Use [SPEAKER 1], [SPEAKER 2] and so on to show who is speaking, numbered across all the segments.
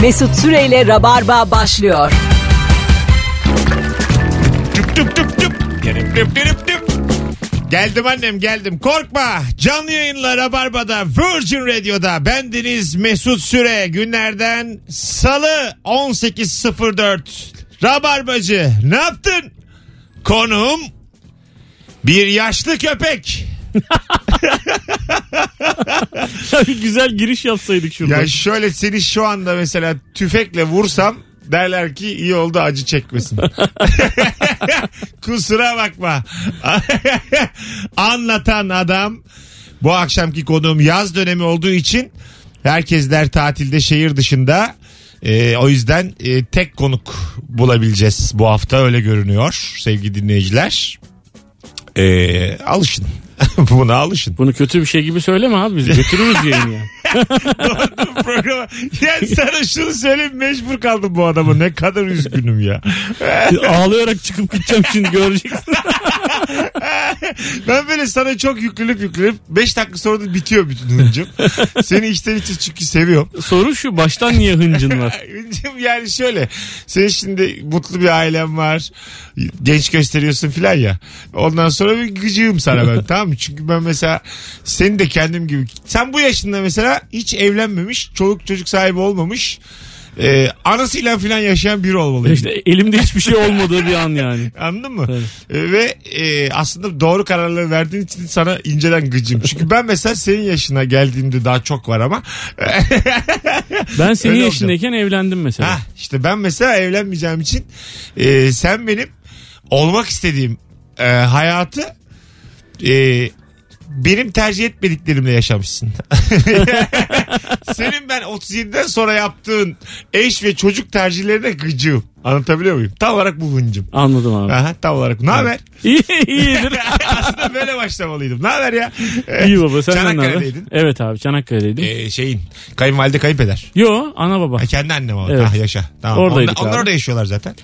[SPEAKER 1] Mesut Süreyle Rabarba başlıyor.
[SPEAKER 2] Tüp tüp tüp tüp. Dürüp dürüp dürüp dürüp. Geldim annem geldim. Korkma. Canlı yayınla Rabarba'da Virgin Radio'da bendeniz Mesut Süre. Günlerden Salı 18.04. Rabarbacı ne yaptın? Konuğum bir yaşlı köpek.
[SPEAKER 3] Bir güzel giriş yapsaydık şurada.
[SPEAKER 2] Ya şöyle seni şu anda mesela tüfekle vursam derler ki iyi oldu acı çekmesin. Kusura bakma. Anlatan adam bu akşamki konuğum yaz dönemi olduğu için herkesler tatilde şehir dışında. Ee, o yüzden e, tek konuk bulabileceğiz bu hafta öyle görünüyor sevgili dinleyiciler. Ee, alışın. Buna alışın.
[SPEAKER 3] Bunu kötü bir şey gibi söyleme abi biz götürürüz yayını ya.
[SPEAKER 2] programa. Yani sana şunu söyleyeyim mecbur kaldım bu adama. Ne kadar üzgünüm ya.
[SPEAKER 3] Ağlayarak çıkıp gideceğim şimdi göreceksin.
[SPEAKER 2] Ben böyle sana çok yüklülük yüklülüp 5 dakika sonra da bitiyor bütün hıncım. Seni içten içe çünkü seviyorum.
[SPEAKER 3] Soru şu baştan niye hıncın var?
[SPEAKER 2] Hıncım yani şöyle. Senin şimdi mutlu bir ailen var. Genç gösteriyorsun filan ya. Ondan sonra bir gıcığım sana ben tamam mı? Çünkü ben mesela seni de kendim gibi. Sen bu yaşında mesela hiç evlenmemiş. Çoluk çocuk sahibi olmamış. E, anasıyla filan yaşayan biri olmalıydın.
[SPEAKER 3] İşte elimde hiçbir şey olmadığı bir an yani.
[SPEAKER 2] Anladın mı? E, Ve e, aslında doğru kararları verdiğin için sana inceden gıcım. Çünkü ben mesela senin yaşına geldiğimde daha çok var ama. e,
[SPEAKER 3] Ben senin
[SPEAKER 2] Öyle
[SPEAKER 3] yaşındayken evlendim mesela.
[SPEAKER 2] Hah, ah, işte ben mesela evlenmeyeceğim için e, sen benim olmak istediğim e, hayatı e, benim tercih etmediklerimle yaşamışsın. Senin ben 37'den sonra yaptığın eş ve çocuk tercihlerine gıcığım. Anlatabiliyor muyum? Tam olarak bu hıncım.
[SPEAKER 3] Anladım abi.
[SPEAKER 2] Aha, tam olarak. Ne haber?
[SPEAKER 3] İyi, iyidir.
[SPEAKER 2] Aslında böyle başlamalıydım. Ne haber ya? Ee,
[SPEAKER 3] İyi baba sen ne haber?
[SPEAKER 2] Çanakkale'deydin.
[SPEAKER 3] Evet abi Çanakkale'deydim.
[SPEAKER 2] Ee, şeyin kayınvalide kayınpeder.
[SPEAKER 3] Yo ana baba.
[SPEAKER 2] Ha, kendi annem abi.
[SPEAKER 3] Evet.
[SPEAKER 2] Ah, yaşa. Tamam.
[SPEAKER 3] Oradaydık
[SPEAKER 2] onlar,
[SPEAKER 3] abi.
[SPEAKER 2] onlar orada yaşıyorlar zaten.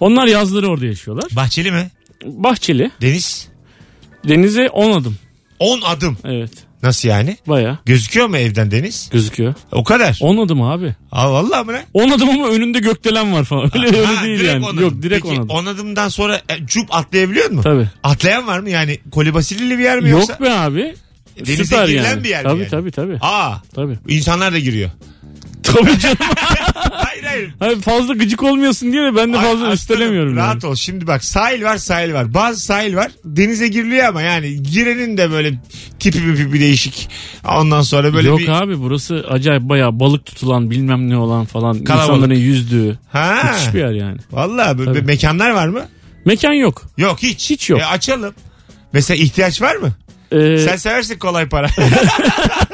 [SPEAKER 3] Onlar yazları orada yaşıyorlar.
[SPEAKER 2] Bahçeli mi?
[SPEAKER 3] Bahçeli.
[SPEAKER 2] Deniz.
[SPEAKER 3] Denize 10 adım.
[SPEAKER 2] 10 adım.
[SPEAKER 3] Evet.
[SPEAKER 2] Nasıl yani?
[SPEAKER 3] Baya
[SPEAKER 2] Gözüküyor mu evden deniz?
[SPEAKER 3] gözüküyor.
[SPEAKER 2] O kadar.
[SPEAKER 3] 10 adım abi.
[SPEAKER 2] Aa, vallahi mi lan?
[SPEAKER 3] 10 adım ama önünde gökdelen var falan. Öyle, öyle değil
[SPEAKER 2] Ha, direkt
[SPEAKER 3] yani.
[SPEAKER 2] on adım.
[SPEAKER 3] Yok direkt 10
[SPEAKER 2] Peki,
[SPEAKER 3] adım.
[SPEAKER 2] on adımdan sonra e, cup atlayabiliyor mu?
[SPEAKER 3] Tabii.
[SPEAKER 2] Atlayan var mı? Yani kolibasilili bir yer mi yoksa?
[SPEAKER 3] Yok be abi.
[SPEAKER 2] Denize
[SPEAKER 3] E, Süper
[SPEAKER 2] girilen
[SPEAKER 3] yani.
[SPEAKER 2] bir yer mi
[SPEAKER 3] tabii,
[SPEAKER 2] yani?
[SPEAKER 3] tabii tabii
[SPEAKER 2] Aa
[SPEAKER 3] tabii.
[SPEAKER 2] insanlar da giriyor.
[SPEAKER 3] Tabii canım.
[SPEAKER 2] hayır hayır.
[SPEAKER 3] Hayır, fazla gıcık olmuyorsun diye de ben de
[SPEAKER 2] Ay,
[SPEAKER 3] fazla
[SPEAKER 2] aslanım,
[SPEAKER 3] üstelemiyorum.
[SPEAKER 2] Rahat ol. Şimdi bak sahil var sahil var. Bazı sahil var. Denize giriliyor ama yani girenin de böyle tipi bir, bir değişik. Ondan sonra
[SPEAKER 3] yani.
[SPEAKER 2] böyle
[SPEAKER 3] Yok
[SPEAKER 2] bir...
[SPEAKER 3] abi burası acayip bayağı balık tutulan bilmem ne olan falan
[SPEAKER 2] Kalabalık.
[SPEAKER 3] insanların yüzdüğü
[SPEAKER 2] Ha.
[SPEAKER 3] müthiş bir yer yani.
[SPEAKER 2] Vallahi böyle
[SPEAKER 3] Tabii.
[SPEAKER 2] mekanlar var mı?
[SPEAKER 3] Mekan yok.
[SPEAKER 2] Yok hiç.
[SPEAKER 3] Hiç yok.
[SPEAKER 2] E, açalım. Mesela ihtiyaç var mı?
[SPEAKER 3] Ee,
[SPEAKER 2] Sen seversin kolay para.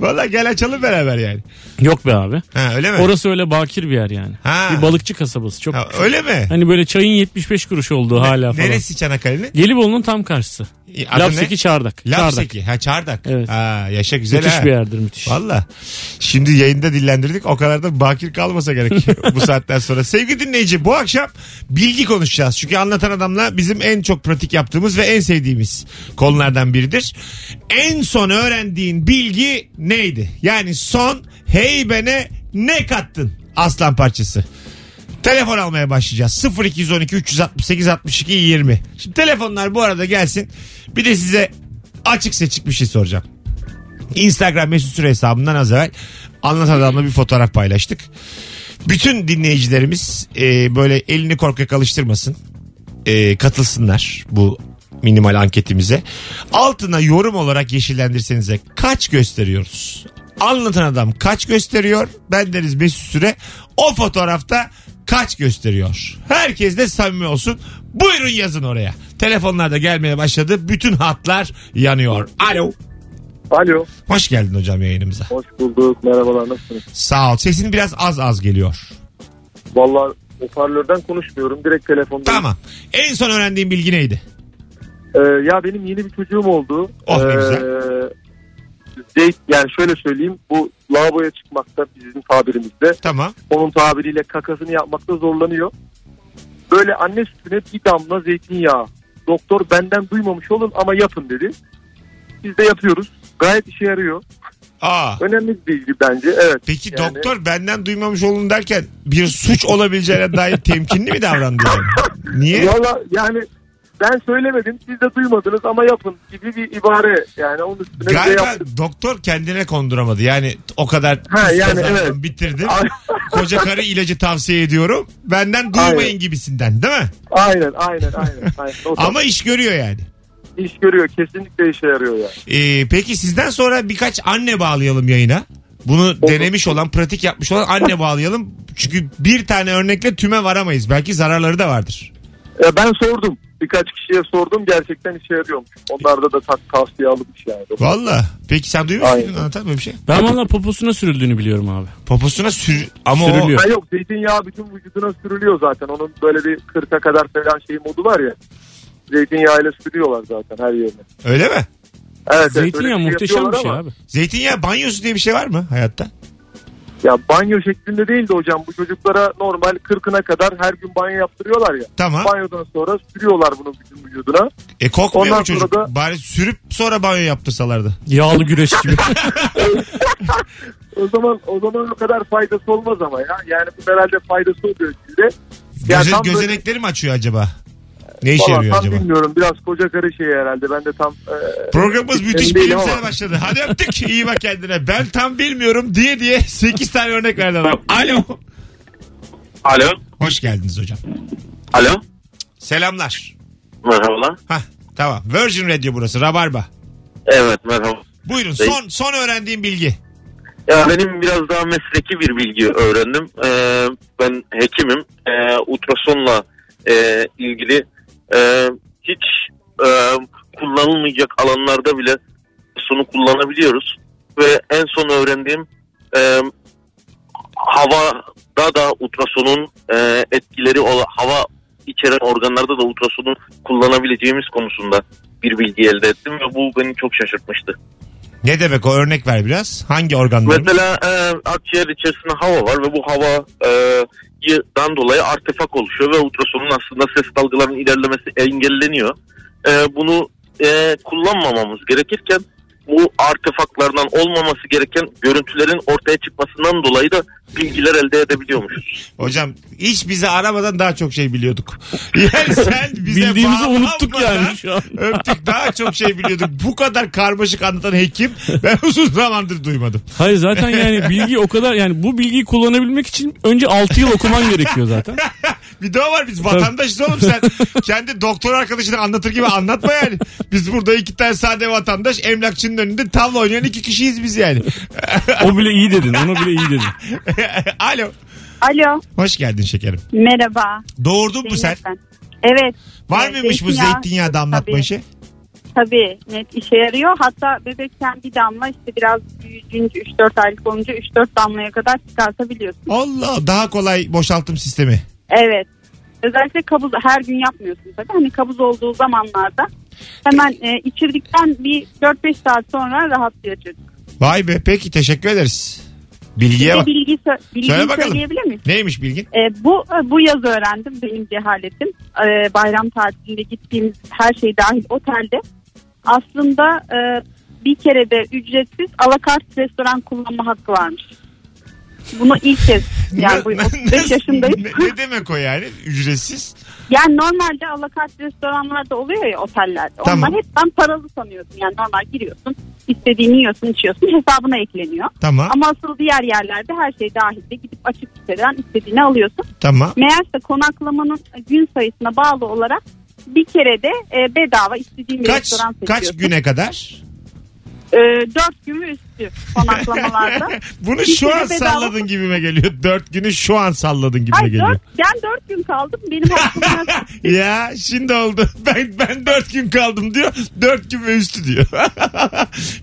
[SPEAKER 2] Valla gel açalım beraber yani.
[SPEAKER 3] Yok be abi.
[SPEAKER 2] Ha öyle mi?
[SPEAKER 3] Orası öyle bakir bir yer yani.
[SPEAKER 2] Ha.
[SPEAKER 3] Bir balıkçı kasabası çok.
[SPEAKER 2] Ha, öyle mi?
[SPEAKER 3] Hani böyle çayın 75 kuruş olduğu hala falan.
[SPEAKER 2] Neresi Çanakkale'nin?
[SPEAKER 3] Gelibolu'nun tam karşısı.
[SPEAKER 2] E, adı ne?
[SPEAKER 3] Lapseki Çardak. Çardak.
[SPEAKER 2] Lapseki. Ha Çardak.
[SPEAKER 3] Evet.
[SPEAKER 2] Ha, yaşa güzel
[SPEAKER 3] Müthiş
[SPEAKER 2] ha.
[SPEAKER 3] bir yerdir müthiş.
[SPEAKER 2] Valla. Şimdi yayında dillendirdik. O kadar da bakir kalmasa gerek bu saatten sonra. Sevgili dinleyici bu akşam bilgi konuşacağız. Çünkü anlatan adamla bizim en çok pratik yaptığımız ve en sevdiğimiz konulardan biridir. En son öğrendiğin bilgi neydi? Yani son heybene ne kattın? Aslan parçası. Telefon almaya başlayacağız. 0212 368 62 20. Şimdi telefonlar bu arada gelsin. Bir de size açık seçik bir şey soracağım. Instagram mesut süre hesabından az evvel anlat adamla bir fotoğraf paylaştık. Bütün dinleyicilerimiz e, böyle elini korkak alıştırmasın. E, katılsınlar bu minimal anketimize. Altına yorum olarak yeşillendirsenize kaç gösteriyoruz? Anlatan adam kaç gösteriyor? Ben deriz Mesut Süre. O fotoğrafta kaç gösteriyor? Herkes de samimi olsun. Buyurun yazın oraya. Telefonlar da gelmeye başladı. Bütün hatlar yanıyor. Alo.
[SPEAKER 4] Alo.
[SPEAKER 2] Hoş geldin hocam yayınımıza.
[SPEAKER 4] Hoş bulduk. Merhabalar. Nasılsınız?
[SPEAKER 2] Sağ ol. Sesin biraz az az geliyor.
[SPEAKER 4] Vallahi hoparlörden konuşmuyorum. Direkt telefonda.
[SPEAKER 2] Tamam. En son öğrendiğin bilgi neydi?
[SPEAKER 4] Ee, ya benim yeni bir çocuğum oldu.
[SPEAKER 2] Oh, ne
[SPEAKER 4] Ee,
[SPEAKER 2] güzel.
[SPEAKER 4] date- yani şöyle söyleyeyim. Bu lavaboya çıkmakta bizim tabirimizde.
[SPEAKER 2] Tamam.
[SPEAKER 4] Onun tabiriyle kakasını yapmakta zorlanıyor. Böyle anne sütüne bir damla zeytinyağı. Doktor benden duymamış olun ama yapın dedi. Biz de yapıyoruz. Gayet işe yarıyor.
[SPEAKER 2] Aa.
[SPEAKER 4] Önemli bir bilgi bence. Evet.
[SPEAKER 2] Peki
[SPEAKER 4] Yani-
[SPEAKER 2] doktor benden duymamış olun derken bir suç olabileceğine dair temkinli mi davrandı? yani? Niye?
[SPEAKER 4] Valla yani ben söylemedim siz de duymadınız ama yapın gibi bir ibare yani onun üstüne bir şey de
[SPEAKER 2] Galiba
[SPEAKER 4] yaptık.
[SPEAKER 2] doktor kendine konduramadı. Yani o kadar
[SPEAKER 4] Ha,
[SPEAKER 2] kız
[SPEAKER 4] yani
[SPEAKER 2] kazandım,
[SPEAKER 4] evet.
[SPEAKER 2] bitirdim. Koca karı ilacı tavsiye ediyorum. Benden duymayın
[SPEAKER 4] Aynen.
[SPEAKER 2] gibisinden değil mi?
[SPEAKER 4] aynen aynen aynen. aynen. O da
[SPEAKER 2] Ama iş görüyor yani.
[SPEAKER 4] iş görüyor kesinlikle işe yarıyor yani.
[SPEAKER 2] Ee, peki sizden sonra birkaç anne bağlayalım yayına. Bunu denemiş olan, pratik yapmış olan anne bağlayalım. Çünkü bir tane örnekle tüme varamayız. Belki zararları da vardır.
[SPEAKER 4] Ya ben sordum birkaç kişiye sordum gerçekten işe yarıyormuş. Onlarda da tak tavsiye alınmış yani.
[SPEAKER 2] Valla. Peki sen duymuş muydun
[SPEAKER 4] Aynen.
[SPEAKER 2] anlatan böyle bir şey?
[SPEAKER 3] Ben valla poposuna sürüldüğünü biliyorum abi.
[SPEAKER 2] Poposuna sür... Ama o...
[SPEAKER 3] Sürülüyor.
[SPEAKER 4] Ha yok zeytinyağı bütün vücuduna sürülüyor zaten. Onun böyle bir 40'a kadar falan şey modu var ya. Zeytinyağıyla sürüyorlar zaten her yerine.
[SPEAKER 2] Öyle mi?
[SPEAKER 4] Evet,
[SPEAKER 3] Zeytinyağı
[SPEAKER 4] öyle bir şey
[SPEAKER 3] muhteşem bir
[SPEAKER 4] yapıyorlar
[SPEAKER 3] şey
[SPEAKER 4] ama-
[SPEAKER 3] abi.
[SPEAKER 2] Zeytinyağı banyosu diye bir şey var mı hayatta?
[SPEAKER 4] Ya banyo şeklinde değil de hocam bu çocuklara normal 40'ına kadar her gün banyo yaptırıyorlar ya.
[SPEAKER 2] Tamam.
[SPEAKER 4] Banyodan sonra sürüyorlar bunu bütün vücuduna.
[SPEAKER 2] E kokmuyor
[SPEAKER 4] Ondan
[SPEAKER 2] mu çocuk?
[SPEAKER 4] sonra da-
[SPEAKER 2] Bari sürüp sonra banyo yaptırsalardı.
[SPEAKER 3] Yağlı güreş gibi.
[SPEAKER 4] O zaman o zaman o kadar faydası olmaz ama ya. Yani bu herhalde faydası oluyor şimdi. Ya
[SPEAKER 2] Göze,
[SPEAKER 4] tam böyle-
[SPEAKER 2] gözenekleri mi açıyor acaba? Ne işe
[SPEAKER 4] Valla
[SPEAKER 2] yarıyor
[SPEAKER 4] tam
[SPEAKER 2] şey acaba?
[SPEAKER 4] bilmiyorum biraz koca karı şeyi herhalde. Ben de tam e,
[SPEAKER 2] Programımız müthiş
[SPEAKER 4] Emin değilim
[SPEAKER 2] bilimsel
[SPEAKER 4] ama.
[SPEAKER 2] başladı. Hadi öptük. İyi bak kendine. Ben tam bilmiyorum diye diye 8 tane örnek verdi adam. Alo.
[SPEAKER 5] Alo.
[SPEAKER 2] Hoş geldiniz hocam.
[SPEAKER 5] Alo.
[SPEAKER 2] Selamlar.
[SPEAKER 5] Merhabalar.
[SPEAKER 2] Hah tamam. Virgin Radio burası. Rabarba.
[SPEAKER 5] Evet merhaba.
[SPEAKER 2] Buyurun son son öğrendiğim bilgi.
[SPEAKER 5] Ya benim biraz daha mesleki bir bilgi öğrendim. Ee, ben hekimim. Ee, ultrasonla e, ilgili e, hiç e, kullanılmayacak alanlarda bile sonu kullanabiliyoruz. Ve en son öğrendiğim e, havada da ultrasonun e, etkileri ola, hava içeren organlarda da ultrasonun kullanabileceğimiz konusunda bir bilgi elde ettim ve bu beni çok şaşırtmıştı.
[SPEAKER 2] Ne demek o örnek ver biraz. Hangi organlarımız?
[SPEAKER 5] Mesela e, akciğer içerisinde hava var ve bu hava e, dan dolayı artefak oluşuyor ve ultrasonun aslında ses dalgalarının ilerlemesi engelleniyor. E, bunu e, kullanmamamız gerekirken bu artefaklardan olmaması gereken görüntülerin ortaya çıkmasından dolayı da bilgiler elde edebiliyormuşuz.
[SPEAKER 2] Hocam hiç bizi aramadan daha çok şey biliyorduk. Yani sen bize
[SPEAKER 3] Bildiğimizi unuttuk
[SPEAKER 2] bağlanmadan
[SPEAKER 3] yani şu an.
[SPEAKER 2] Öptük daha çok şey biliyorduk. Bu kadar karmaşık anlatan hekim ben uzun zamandır duymadım.
[SPEAKER 3] Hayır zaten yani bilgi o kadar yani bu bilgiyi kullanabilmek için önce 6 yıl okuman gerekiyor zaten.
[SPEAKER 2] Bir daha var biz vatandaşız oğlum sen kendi doktor arkadaşını anlatır gibi anlatma yani. Biz burada iki tane sade vatandaş emlakçının önünde tavla oynayan iki kişiyiz biz yani.
[SPEAKER 3] O bile iyi dedin. Ona bile iyi dedin.
[SPEAKER 2] Alo.
[SPEAKER 6] Alo.
[SPEAKER 2] Hoş geldin şekerim.
[SPEAKER 6] Merhaba.
[SPEAKER 2] Doğurdun mu sen?
[SPEAKER 6] Zeynep ben. Evet.
[SPEAKER 2] Var
[SPEAKER 6] Evet,
[SPEAKER 2] mıymış bu
[SPEAKER 6] zeytinyağı.
[SPEAKER 2] zeytinyağı damlatma
[SPEAKER 6] Tabii.
[SPEAKER 2] işi?
[SPEAKER 6] Tabii net işe yarıyor. Hatta bebekken bir damla işte biraz büyüyünce 3-4 aylık olunca 3-4 damlaya kadar çıkartabiliyorsun.
[SPEAKER 2] Allah daha kolay boşaltım sistemi.
[SPEAKER 6] Evet. Özellikle kabız her gün yapmıyorsun tabii. Hani kabız olduğu zamanlarda hemen e, içirdikten bir 4-5 saat sonra rahatlıyor çocuk.
[SPEAKER 2] Vay be peki teşekkür ederiz. Bilgiye
[SPEAKER 6] Bir
[SPEAKER 2] bak.
[SPEAKER 6] bilgi, sö- bilgiyi
[SPEAKER 2] Söyle bakalım.
[SPEAKER 6] söyleyebilir miyim?
[SPEAKER 2] Neymiş bilgin?
[SPEAKER 6] E, bu bu yaz öğrendim benim cehaletim. E, bayram tatilinde gittiğimiz her şey dahil otelde. Aslında e, bir kere de ücretsiz alakart restoran kullanma hakkı varmış. Bunu ilk kez yani bu
[SPEAKER 2] Ne-
[SPEAKER 6] 35
[SPEAKER 2] ne-
[SPEAKER 6] yaşındayım.
[SPEAKER 2] Ne, ne demek o yani? Ücretsiz.
[SPEAKER 6] yani normalde alakart restoranlarda oluyor ya otellerde.
[SPEAKER 2] Tamam.
[SPEAKER 6] Onlar hep ben paralı sanıyordum. Yani normal giriyorsun, istediğini yiyorsun, içiyorsun, hesabına ekleniyor.
[SPEAKER 2] Tamam.
[SPEAKER 6] Ama asıl diğer yerlerde her şey dahil de gidip açık içeriden istediğini alıyorsun.
[SPEAKER 2] Tamam.
[SPEAKER 6] Meğerse konaklamanın gün sayısına bağlı olarak bir kere de e, bedava istediğin bir
[SPEAKER 2] Kaç
[SPEAKER 6] restoran
[SPEAKER 2] kaç
[SPEAKER 6] seçiyorsun.
[SPEAKER 2] güne kadar?
[SPEAKER 6] E, dört gün ve üstü konaklamalarda.
[SPEAKER 2] Bunu
[SPEAKER 6] Bir
[SPEAKER 2] şu
[SPEAKER 6] kere
[SPEAKER 2] an
[SPEAKER 6] bedava-
[SPEAKER 2] salladın gibime geliyor. Dört günü şu an salladın gibime
[SPEAKER 6] Ay
[SPEAKER 2] geliyor.
[SPEAKER 6] dört, ben dört gün kaldım. Benim hakkım yok.
[SPEAKER 2] ya şimdi oldu. Ben ben dört gün kaldım diyor. Dört gün ve üstü diyor.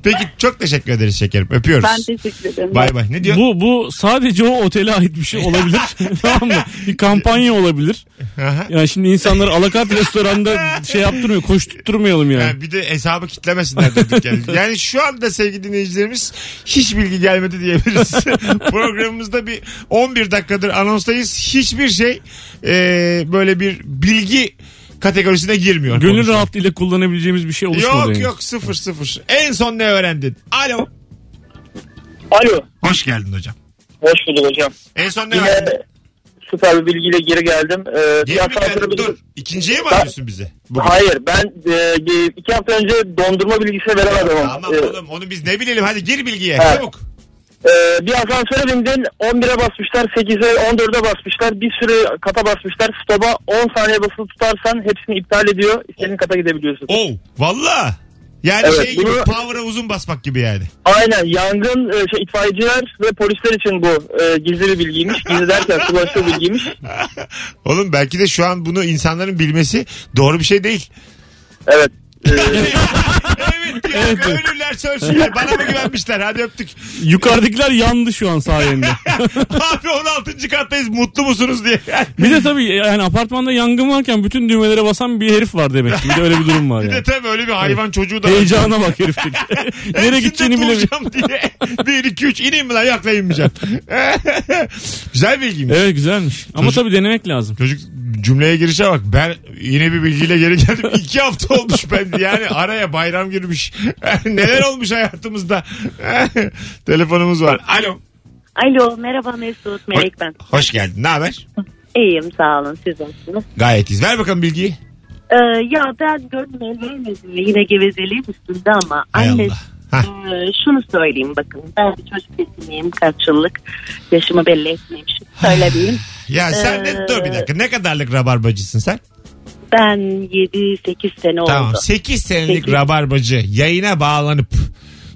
[SPEAKER 2] Peki çok teşekkür ederiz şekerim. Öpüyoruz.
[SPEAKER 6] Ben teşekkür ederim.
[SPEAKER 2] Bay bay. Ne diyor?
[SPEAKER 3] Bu bu sadece o otele ait bir şey olabilir. tamam mı? Bir kampanya olabilir.
[SPEAKER 2] Aha.
[SPEAKER 3] Yani şimdi insanları alakart restoranda şey yaptırmıyor. Koşturtturmayalım yani.
[SPEAKER 2] Ha, bir de hesabı kitlemesinler dedik yani. yani şu anda sevgili dinleyicilerimiz hiç bilgi gelmedi diyebiliriz. Programımızda bir 11 dakikadır anonstayız. Hiçbir şey e, böyle bir bilgi kategorisine girmiyor.
[SPEAKER 3] Gönül
[SPEAKER 2] Konuşulan.
[SPEAKER 3] rahatlığıyla kullanabileceğimiz bir şey oluşmadı.
[SPEAKER 2] Yok
[SPEAKER 3] yani.
[SPEAKER 2] yok sıfır sıfır. En son ne öğrendin? Alo.
[SPEAKER 7] Alo.
[SPEAKER 2] Hoş geldin hocam.
[SPEAKER 7] Hoş bulduk hocam.
[SPEAKER 2] En son ne
[SPEAKER 7] Yine
[SPEAKER 2] verdin?
[SPEAKER 7] süper bir bilgiyle geri geldim. Ee, bir
[SPEAKER 2] Geri mi
[SPEAKER 7] hafta
[SPEAKER 2] geldin?
[SPEAKER 7] önce-
[SPEAKER 2] Dur. İkinciye mi arıyorsun bize? Bugün.
[SPEAKER 7] Hayır ben e, iki hafta önce dondurma bilgisini veremedim ama.
[SPEAKER 2] Tamam
[SPEAKER 7] Ee,
[SPEAKER 2] oğlum onu biz ne bilelim hadi gir bilgiye
[SPEAKER 7] Ha.
[SPEAKER 2] çabuk.
[SPEAKER 7] Ee, bir asansöre bindin 11'e basmışlar 8'e 14'e basmışlar bir sürü kata basmışlar stopa 10 saniye basılı tutarsan hepsini iptal ediyor istediğin kata gidebiliyorsun.
[SPEAKER 2] Oh valla. Yani
[SPEAKER 7] Evet,
[SPEAKER 2] şey gibi
[SPEAKER 7] bunu-
[SPEAKER 2] power'a uzun basmak gibi yani.
[SPEAKER 7] Aynen yangın e, şey, itfaiyeciler ve polisler için bu e, gizli bir bilgiymiş gizli derken kullanışlı bir bilgiymiş.
[SPEAKER 2] Oğlum belki de şu an bunu insanların bilmesi doğru bir şey değil.
[SPEAKER 7] Evet. Ee,
[SPEAKER 2] evet ya ölürler sörsünler bana mı güvenmişler hadi öptük.
[SPEAKER 3] Yukarıdakiler yandı şu an sayende.
[SPEAKER 2] Abi 16. kattayız mutlu musunuz diye.
[SPEAKER 3] Bir de tabii yani apartmanda yangın varken bütün düğmelere basan bir herif var demek ki. Bir de öyle bir durum var
[SPEAKER 2] Bir de
[SPEAKER 3] yani.
[SPEAKER 2] tabii öyle bir hayvan çocuğu da.
[SPEAKER 3] Heyecana bak herifin. Nereye gideceğini bilemiyor.
[SPEAKER 2] bulacağım diye. 1, 2, 3 ineyim mi lan yok lan inmeyeceğim. Güzel bilgiymiş.
[SPEAKER 3] Evet güzelmiş. Ama
[SPEAKER 2] Çocuk-
[SPEAKER 3] tabii denemek lazım.
[SPEAKER 2] Çocuk cümleye girişe bak. Ben yine bir bilgiyle geri geldim. İki hafta olmuş ben. Yani araya bayram girmiş. Neler olmuş hayatımızda. Telefonumuz var. Alo.
[SPEAKER 8] Alo merhaba Mesut Melek ben.
[SPEAKER 2] Hoş geldin. Ne haber?
[SPEAKER 8] İyiyim sağ olun siz nasılsınız?
[SPEAKER 2] Gayet iyiyiz. Ver bakalım bilgiyi.
[SPEAKER 8] Ee, ya ben görmeye vermedim ve yine gevezeliğim üstünde ama
[SPEAKER 2] Hay
[SPEAKER 8] anne
[SPEAKER 2] Allah. Hah.
[SPEAKER 8] e, şunu söyleyeyim bakın ben bir çocuk yetimiyim kaç yıllık yaşımı belli etmemişim söyleyeyim.
[SPEAKER 2] Ya sen de
[SPEAKER 8] Ee,
[SPEAKER 2] dur bir dakika. Ne kadarlık rabarbacısın sen?
[SPEAKER 8] Ben 7-8 sene
[SPEAKER 2] Tamam.
[SPEAKER 8] oldu.
[SPEAKER 2] 8 senelik
[SPEAKER 8] Sekiz.
[SPEAKER 2] rabarbacı yayına bağlanıp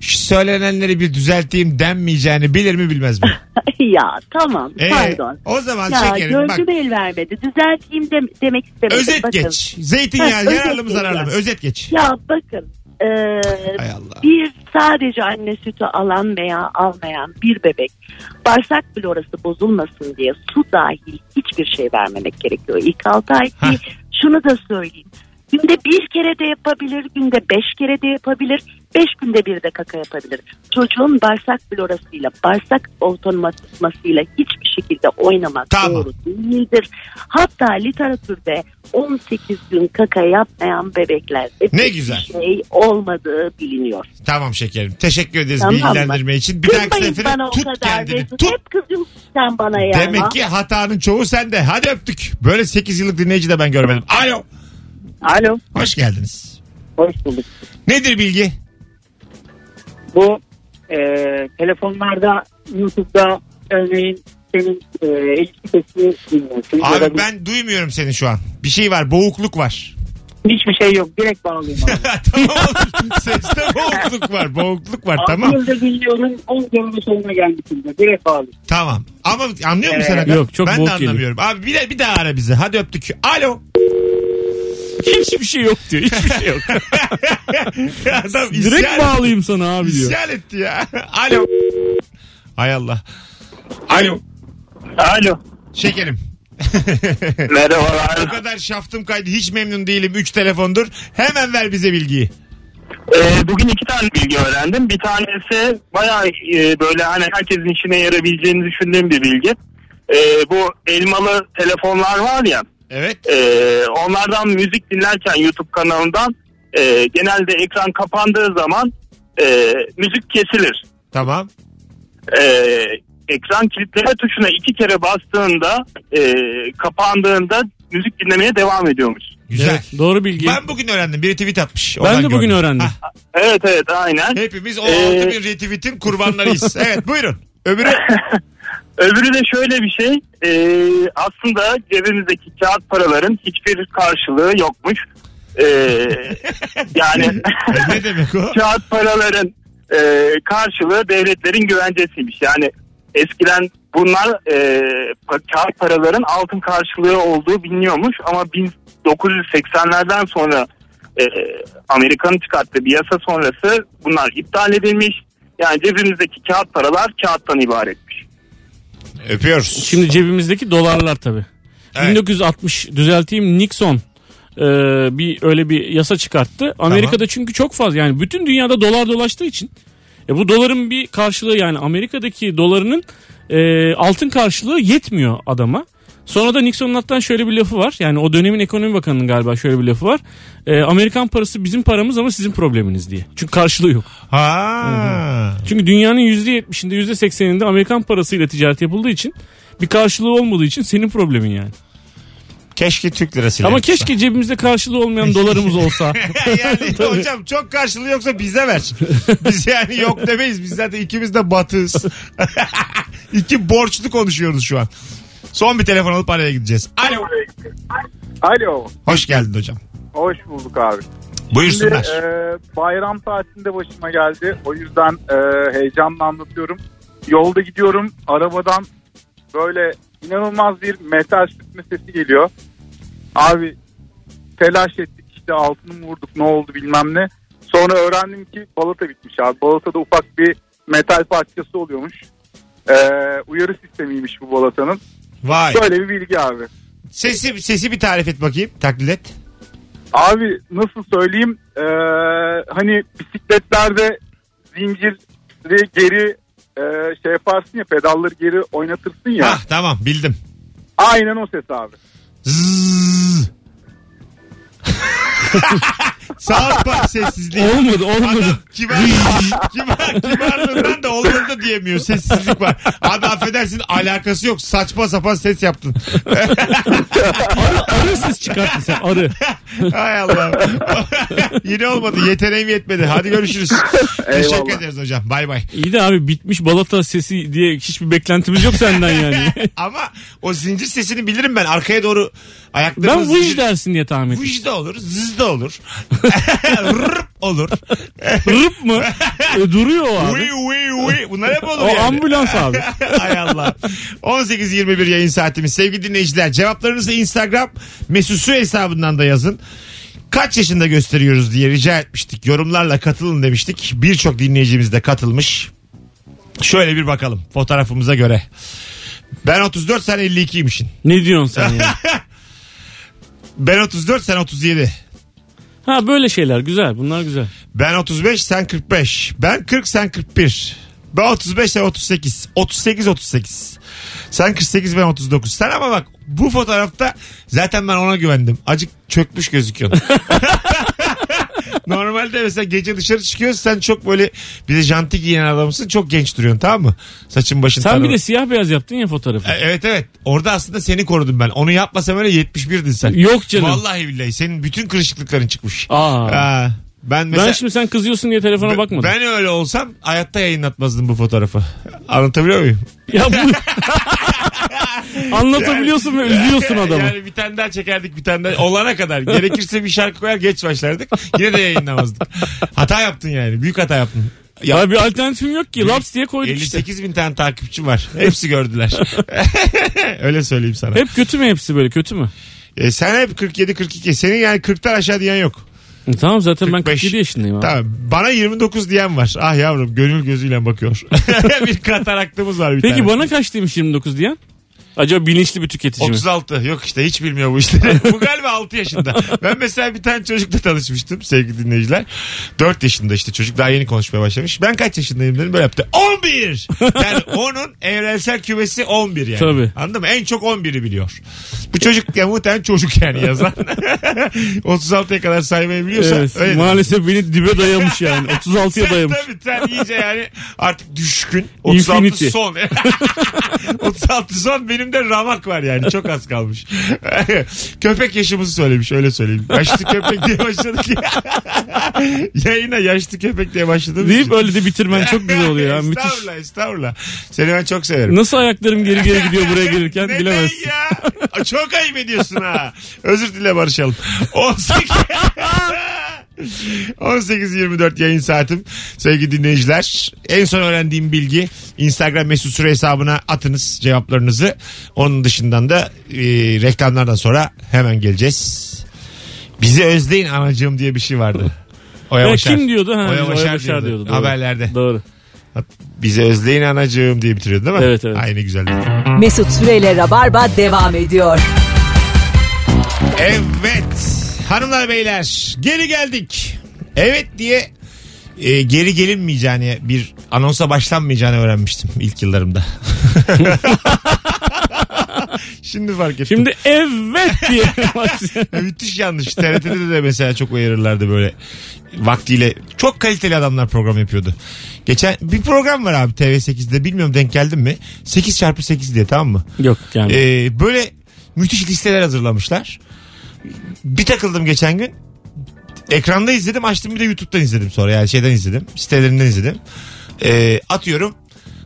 [SPEAKER 2] şu söylenenleri bir düzelteyim denmeyeceğini bilir mi bilmez mi?
[SPEAKER 8] ya tamam
[SPEAKER 2] Ee,
[SPEAKER 8] pardon.
[SPEAKER 2] O zaman
[SPEAKER 8] Ya
[SPEAKER 2] şekerim bak.
[SPEAKER 8] gölge el vermedi. Düzelteyim de- demek istemedim.
[SPEAKER 2] Özet
[SPEAKER 8] bakın.
[SPEAKER 2] geç. Zeytinyağı
[SPEAKER 8] Ha,
[SPEAKER 2] yararlı
[SPEAKER 8] özet
[SPEAKER 2] mı
[SPEAKER 8] geç
[SPEAKER 2] zararlı mı?
[SPEAKER 8] yani.
[SPEAKER 2] Özet geç.
[SPEAKER 8] Ya bakın e,
[SPEAKER 2] Hay Allah.
[SPEAKER 8] Bir sadece anne sütü alan veya almayan bir bebek bağırsak florası bozulmasın diye su dahil hiçbir şey vermemek gerekiyor. İlk 6 ay
[SPEAKER 2] Hah.
[SPEAKER 8] ki şunu da söyleyeyim. Günde bir kere de yapabilir, günde beş kere de yapabilir, beş günde bir de kaka yapabilir. Çocuğun bağırsak florasıyla, bağırsak otomatizmasıyla hiçbir şekilde oynamak
[SPEAKER 2] Tamam.
[SPEAKER 8] doğru değildir. Hatta literatürde 18 gün kaka yapmayan bebekler e,
[SPEAKER 2] Ne güzel.
[SPEAKER 8] şey olmadığı biliniyor.
[SPEAKER 2] Tamam şekerim. Teşekkür ederiz
[SPEAKER 8] Tamam mı?
[SPEAKER 2] bilgilendirme için. Bir dahaki
[SPEAKER 8] Kızmayın bana
[SPEAKER 2] sefere
[SPEAKER 8] o
[SPEAKER 2] tut
[SPEAKER 8] kadar.
[SPEAKER 2] kendini.
[SPEAKER 8] Mesut.
[SPEAKER 2] Tut.
[SPEAKER 8] Hep kızıyorsun sen bana ya.
[SPEAKER 2] Demek ki hatanın çoğu sende. Hadi öptük. Böyle 8 yıllık dinleyici de ben görmedim. Alo.
[SPEAKER 7] Alo.
[SPEAKER 2] Hoş geldiniz.
[SPEAKER 7] Hoş bulduk.
[SPEAKER 2] Nedir bilgi?
[SPEAKER 7] Bu e, telefonlarda YouTube'da örneğin senin e, ilişki sesini dinliyorsun. Ya da
[SPEAKER 2] Abi
[SPEAKER 7] bir-
[SPEAKER 2] ben duymuyorum seni şu an. Bir şey var. Boğukluk var.
[SPEAKER 7] Hiçbir şey yok. Direkt bağlıyorum abi.
[SPEAKER 2] tamam oğlum. Seste boğukluk var. Boğukluk var.
[SPEAKER 7] Altı
[SPEAKER 2] Tamam.
[SPEAKER 7] yılda dinliyorum. 10 yılın sonuna gelmişim de. Direkt bağlıyorum.
[SPEAKER 2] Tamam. Ama anlıyor musun?
[SPEAKER 7] Ee,
[SPEAKER 2] Hakan?
[SPEAKER 3] yok, çok
[SPEAKER 2] Ben de
[SPEAKER 3] boğuk geliyor.
[SPEAKER 2] anlamıyorum. Abi bir, de, bir daha ara bizi. Hadi öptük. Alo.
[SPEAKER 3] Hiçbir şey yok diyor. Hiçbir şey yok.
[SPEAKER 2] Adam isyan-
[SPEAKER 3] Direkt bağlayayım sana abi diyor.
[SPEAKER 2] İsyan etti ya. Alo. Hay Allah. Alo.
[SPEAKER 7] Alo.
[SPEAKER 2] Şekerim.
[SPEAKER 5] Merhabalar.
[SPEAKER 2] Bu kadar şaftım kaydı. Hiç memnun değilim. 3 telefondur. Hemen ver bize bilgiyi.
[SPEAKER 7] E,
[SPEAKER 5] Ee, bugün iki tane bilgi öğrendim. Bir tanesi bayağı e, böyle hani herkesin işine yarayabileceğini düşündüğüm bir bilgi.
[SPEAKER 7] E,
[SPEAKER 5] Ee, bu elmalı telefonlar var ya.
[SPEAKER 2] Evet.
[SPEAKER 5] e, onlardan müzik dinlerken YouTube kanalından e, genelde ekran kapandığı zaman e, müzik kesilir.
[SPEAKER 2] Tamam.
[SPEAKER 5] E, ekran kilitleme tuşuna iki kere bastığında e, kapandığında müzik dinlemeye devam ediyormuş.
[SPEAKER 2] Güzel.
[SPEAKER 3] Evet, doğru bilgi.
[SPEAKER 2] Ben bugün öğrendim. Biri tweet atmış.
[SPEAKER 3] Ben
[SPEAKER 2] Oradan
[SPEAKER 3] de bugün
[SPEAKER 2] gördüm.
[SPEAKER 3] öğrendim.
[SPEAKER 2] Hah,
[SPEAKER 5] Evet evet aynen.
[SPEAKER 2] hepimiz o
[SPEAKER 5] Ee,
[SPEAKER 2] 6000 retweet'in kurbanlarıyız. evet buyurun. Öbürü
[SPEAKER 5] Öbürü de şöyle bir şey. Ee, aslında cebimizdeki kağıt paraların hiçbir karşılığı yokmuş. Ee, yani
[SPEAKER 2] E, ne demek o?
[SPEAKER 5] kağıt paraların e, karşılığı devletlerin güvencesiymiş. Yani eskiden bunlar e, pa- kağıt paraların altın karşılığı olduğu biliniyormuş ama 1980'lerden sonra e, Amerika'nın çıkarttığı bir yasa sonrası bunlar iptal edilmiş. Yani cebimizdeki kağıt paralar kağıttan ibaretmiş.
[SPEAKER 2] Öpüyoruz.
[SPEAKER 3] Şimdi cebimizdeki dolarlar tabii.
[SPEAKER 2] Evet.
[SPEAKER 3] 1960 düzelteyim Nixon e, bir öyle bir yasa çıkarttı. Amerika'da çünkü çok fazla yani bütün dünyada dolar dolaştığı için e, bu doların bir karşılığı yani Amerika'daki dolarının e, altın karşılığı yetmiyor adama. Sonra da Nixon'un hatta şöyle bir lafı var. Yani o dönemin ekonomi bakanının galiba şöyle bir lafı var. E, Amerikan parası bizim paramız ama sizin probleminiz diye. Çünkü karşılığı yok.
[SPEAKER 2] Ha.
[SPEAKER 3] Çünkü dünyanın %70'inde %80'inde Amerikan parasıyla ticaret yapıldığı için bir karşılığı olmadığı için senin problemin yani.
[SPEAKER 2] Keşke Türk lirasıyla.
[SPEAKER 3] Ama
[SPEAKER 2] yapılsa.
[SPEAKER 3] keşke cebimizde karşılığı olmayan dolarımız olsa.
[SPEAKER 2] yani hocam çok karşılığı yoksa bize ver. Biz yani yok demeyiz. Biz zaten ikimiz de batığız. İki borçlu konuşuyoruz şu an. Son bir telefon alıp araya gideceğiz. Alo.
[SPEAKER 9] Alo.
[SPEAKER 2] Hoş geldin hocam.
[SPEAKER 9] Hoş bulduk abi. Şimdi
[SPEAKER 2] Buyursunlar.
[SPEAKER 9] e, bayram tatilinde başıma geldi. O yüzden e, heyecanla anlatıyorum. Yolda gidiyorum. Arabadan böyle inanılmaz bir metal sürtme sesi geliyor. Abi telaş ettik işte altını mı vurduk ne oldu bilmem ne. Sonra öğrendim ki balata bitmiş abi. Balatada ufak bir metal parçası oluyormuş. E, uyarı sistemiymiş bu balatanın.
[SPEAKER 2] Vay.
[SPEAKER 9] Böyle bir bilgi abi.
[SPEAKER 2] Sesi, sesi bir tarif et bakayım. Taklit et.
[SPEAKER 9] Abi nasıl söyleyeyim Ee, hani bisikletlerde zinciri geri e, şey yaparsın ya pedalları geri oynatırsın ya.
[SPEAKER 2] Hah Ah, tamam bildim.
[SPEAKER 9] Aynen o ses abi.
[SPEAKER 2] Zzzz. Sağ bak sessizliği.
[SPEAKER 3] olmadı
[SPEAKER 2] Adam
[SPEAKER 3] olmadı.
[SPEAKER 2] kibar, kibar, kibarlığından da olmadı da diyemiyor. Sessizlik var. Abi affedersin alakası yok. Saçma sapan ses yaptın.
[SPEAKER 3] Arı ses çıkarttın sen arı.
[SPEAKER 2] Hay Allah. Yine olmadı. Yeteneğim yetmedi. Hadi görüşürüz. Teşekkür ederiz hocam. Bay bay.
[SPEAKER 3] İyi de abi bitmiş balata sesi diye hiçbir beklentimiz yok senden yani.
[SPEAKER 2] Ama o zincir sesini bilirim ben. Arkaya doğru ayaklarımız...
[SPEAKER 3] ben vıj dersin diye tahmin ettim.
[SPEAKER 2] Vıj da olur, zız da olur. Rırp olur.
[SPEAKER 3] Rıp mı? E, duruyor o
[SPEAKER 2] Uy
[SPEAKER 3] abi.
[SPEAKER 2] uy uy. Bunlar hep olur
[SPEAKER 3] O
[SPEAKER 2] yani.
[SPEAKER 3] ambulans abi.
[SPEAKER 2] Hay Allah. 18.21 yayın saatimiz. Sevgili dinleyiciler cevaplarınızı Instagram Mesut Süre hesabından da yazın. Kaç yaşında gösteriyoruz diye rica etmiştik. Yorumlarla katılın demiştik. Birçok dinleyicimiz de katılmış. Şöyle bir bakalım fotoğrafımıza göre. Ben 34 sen 52'ymişsin.
[SPEAKER 3] Ne diyorsun sen ya?
[SPEAKER 2] Ben 34 sen 37.
[SPEAKER 3] Ha böyle şeyler güzel bunlar güzel.
[SPEAKER 2] Ben 35 sen 45. Ben 40 sen 41. Ben 35 sen 38. 38 38. Sen 48 ben 39. Sen ama bak bu fotoğrafta zaten ben ona güvendim. Acık çökmüş gözüküyorsun. Normalde mesela gece dışarı çıkıyorsun sen çok böyle bir de janti giyinen adamsın çok genç duruyorsun tamam mı? Saçın başın
[SPEAKER 3] Sen bir
[SPEAKER 2] tarama-
[SPEAKER 3] de siyah beyaz yaptın ya fotoğrafı.
[SPEAKER 2] E, Evet evet orada aslında seni korudum ben. Onu yapmasam öyle 71'din sen.
[SPEAKER 3] Yok canım.
[SPEAKER 2] Vallahi billahi senin bütün kırışıklıkların çıkmış.
[SPEAKER 3] Aa.
[SPEAKER 2] Ha, ben mesela...
[SPEAKER 3] Ben şimdi sen kızıyorsun diye telefona bakmadım.
[SPEAKER 2] Ben öyle olsam hayatta yayınlatmazdım bu fotoğrafı. Anlatabiliyor muyum?
[SPEAKER 3] Ya bu... Anlatabiliyorsun ve üzüyorsun adamı.
[SPEAKER 2] Yani bir tane daha çekerdik bir tane daha. Olana kadar. Gerekirse bir şarkı koyar geç başlardık. Yine de yayınlamazdık. Hata yaptın yani. Büyük hata yaptın.
[SPEAKER 3] Ya, bir alternatifim yok ki. Laps diye koyduk işte.
[SPEAKER 2] 58 bin tane takipçim var. Hepsi gördüler. öyle söyleyeyim sana.
[SPEAKER 3] Hep kötü mü hepsi böyle kötü mü?
[SPEAKER 2] E, sen hep 47-42. Senin yani 40'tan aşağı diyen yok.
[SPEAKER 3] E, Tamam zaten ben
[SPEAKER 2] 45.
[SPEAKER 3] 47 yaşındayım abi.
[SPEAKER 2] Tamam. Bana 29 diyen var. Ah yavrum gönül gözüyle bakıyor. bir kataraktımız var bir
[SPEAKER 3] Peki
[SPEAKER 2] tane.
[SPEAKER 3] bana kaç demiş 29 diyen? Acaba bilinçli bir tüketici mi?
[SPEAKER 2] 36. Yok işte hiç bilmiyor bu işleri. bu galiba 6 yaşında. Ben mesela bir tane çocukla tanışmıştım sevgili dinleyiciler. 4 yaşında işte çocuk daha yeni konuşmaya başlamış. Ben kaç yaşındayım dedim böyle yaptı. 11! Yani onun evrensel kümesi 11 yani.
[SPEAKER 3] Tabii.
[SPEAKER 2] Anladın mı? En çok 11'i biliyor. Bu çocuk ya muhtemelen çocuk yani yazan. 36'ya kadar saymayı biliyorsa
[SPEAKER 3] Evet,
[SPEAKER 2] öyle.
[SPEAKER 3] maalesef beni dibe dayamış yani.
[SPEAKER 2] Sen
[SPEAKER 3] 36'ya dayamış.
[SPEAKER 2] tabii sen iyice yani artık düşkün. 36
[SPEAKER 3] Infinity.
[SPEAKER 2] son. 36 son benim de ramak var yani çok az kalmış. köpek yaşımızı söylemiş öyle söyleyeyim. Yaşlı köpek diye başladık ya. Yayına yaşlı köpek diye başladım.
[SPEAKER 3] Deyip öyle de bitirmen çok güzel oluyor ya. Müthiş.
[SPEAKER 2] Estağfurullah estağfurullah. Seni ben çok severim.
[SPEAKER 3] Nasıl ayaklarım geri geri gidiyor buraya gelirken
[SPEAKER 2] Neden
[SPEAKER 3] bilemezsin.
[SPEAKER 2] ya? Çok ayıp ediyorsun ha. Özür dile barışalım. 18 18.24 yayın saatim. Sevgili dinleyiciler en son öğrendiğim bilgi Instagram mesut süre hesabına atınız cevaplarınızı. Onun dışından da e, reklamlardan sonra hemen geleceğiz. Bizi özleyin anacığım diye bir şey vardı. Oya
[SPEAKER 3] Ya
[SPEAKER 2] Başar.
[SPEAKER 3] kim diyordu? Ha,
[SPEAKER 2] Oya
[SPEAKER 3] Oya
[SPEAKER 2] Başar,
[SPEAKER 3] Başar
[SPEAKER 2] diyordu.
[SPEAKER 3] diyordu. doğru.
[SPEAKER 2] Haberlerde.
[SPEAKER 3] Doğru.
[SPEAKER 2] Bizi özleyin anacığım diye bitiriyordu değil mi?
[SPEAKER 3] Evet, evet.
[SPEAKER 2] Aynı güzel.
[SPEAKER 1] Mesut Süreyle Rabarba devam ediyor.
[SPEAKER 2] Evet hanımlar beyler geri geldik. Evet diye e, geri gelinmeyeceğini bir anonsa başlanmayacağını öğrenmiştim ilk yıllarımda. Şimdi fark ettim.
[SPEAKER 3] Şimdi evet diye başlıyor.
[SPEAKER 2] Ya Müthiş yanlış. TRT'de de mesela çok uyarırlardı böyle. Vaktiyle çok kaliteli adamlar program yapıyordu. Geçen bir program var abi TV8'de bilmiyorum denk geldin mi? 8 çarpı 8 diye tamam mı?
[SPEAKER 3] Yok yani.
[SPEAKER 2] Ee, böyle müthiş listeler hazırlamışlar. Bir takıldım geçen gün. Ekranda izledim açtım bir de YouTube'dan izledim sonra yani şeyden izledim sitelerinden izledim. Ee, atıyorum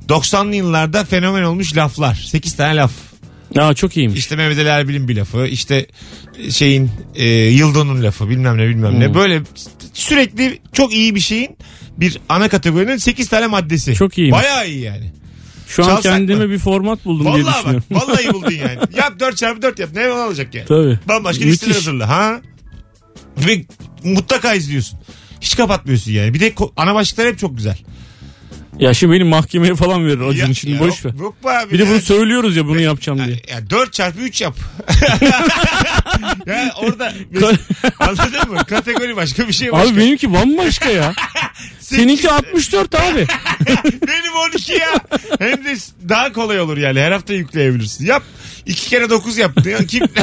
[SPEAKER 2] 90'lı yıllarda fenomen olmuş laflar 8 tane laf.
[SPEAKER 3] Aa, çok iyiymiş.
[SPEAKER 2] İşte Mehmet Ali Erbil'in bir lafı işte şeyin e, Yıldon'un lafı bilmem ne bilmem
[SPEAKER 3] Hmm.
[SPEAKER 2] ne böyle sürekli çok iyi bir şeyin bir ana kategorinin 8 tane maddesi.
[SPEAKER 3] Çok iyiymiş.
[SPEAKER 2] Bayağı iyi yani.
[SPEAKER 3] Şu an
[SPEAKER 2] çalsak
[SPEAKER 3] kendime
[SPEAKER 2] mı?
[SPEAKER 3] bir format buldum diye
[SPEAKER 2] Vallahi
[SPEAKER 3] düşünüyorum.
[SPEAKER 2] bak vallahi buldun yani. Yap 4 çarpı 4 yap ne olacak yani.
[SPEAKER 3] Tabii.
[SPEAKER 2] Bambaşka
[SPEAKER 3] Müthiş.
[SPEAKER 2] listeler hazırla. Ha? Ve mutlaka izliyorsun. Hiç kapatmıyorsun yani. Bir de ko- ana başlıklar hep çok güzel.
[SPEAKER 3] Ya şimdi beni mahkemeye falan verir
[SPEAKER 2] Ya-
[SPEAKER 3] acın şimdi
[SPEAKER 2] ya
[SPEAKER 3] boş ver.
[SPEAKER 2] yok- Yok be abi.
[SPEAKER 3] Bir de
[SPEAKER 2] ya.
[SPEAKER 3] bunu söylüyoruz ya bunu yapacağım diye.
[SPEAKER 2] ya 4 çarpı 3 yap. ya orada anladın mı? Kategori başka bir şey başka.
[SPEAKER 3] Abi benimki bambaşka ya. Seninki 64 abi.
[SPEAKER 2] Benim 12 ya. Hem de daha kolay olur yani. Her hafta yükleyebilirsin. Yap. 2 kere 9 yaptın ya. Kim?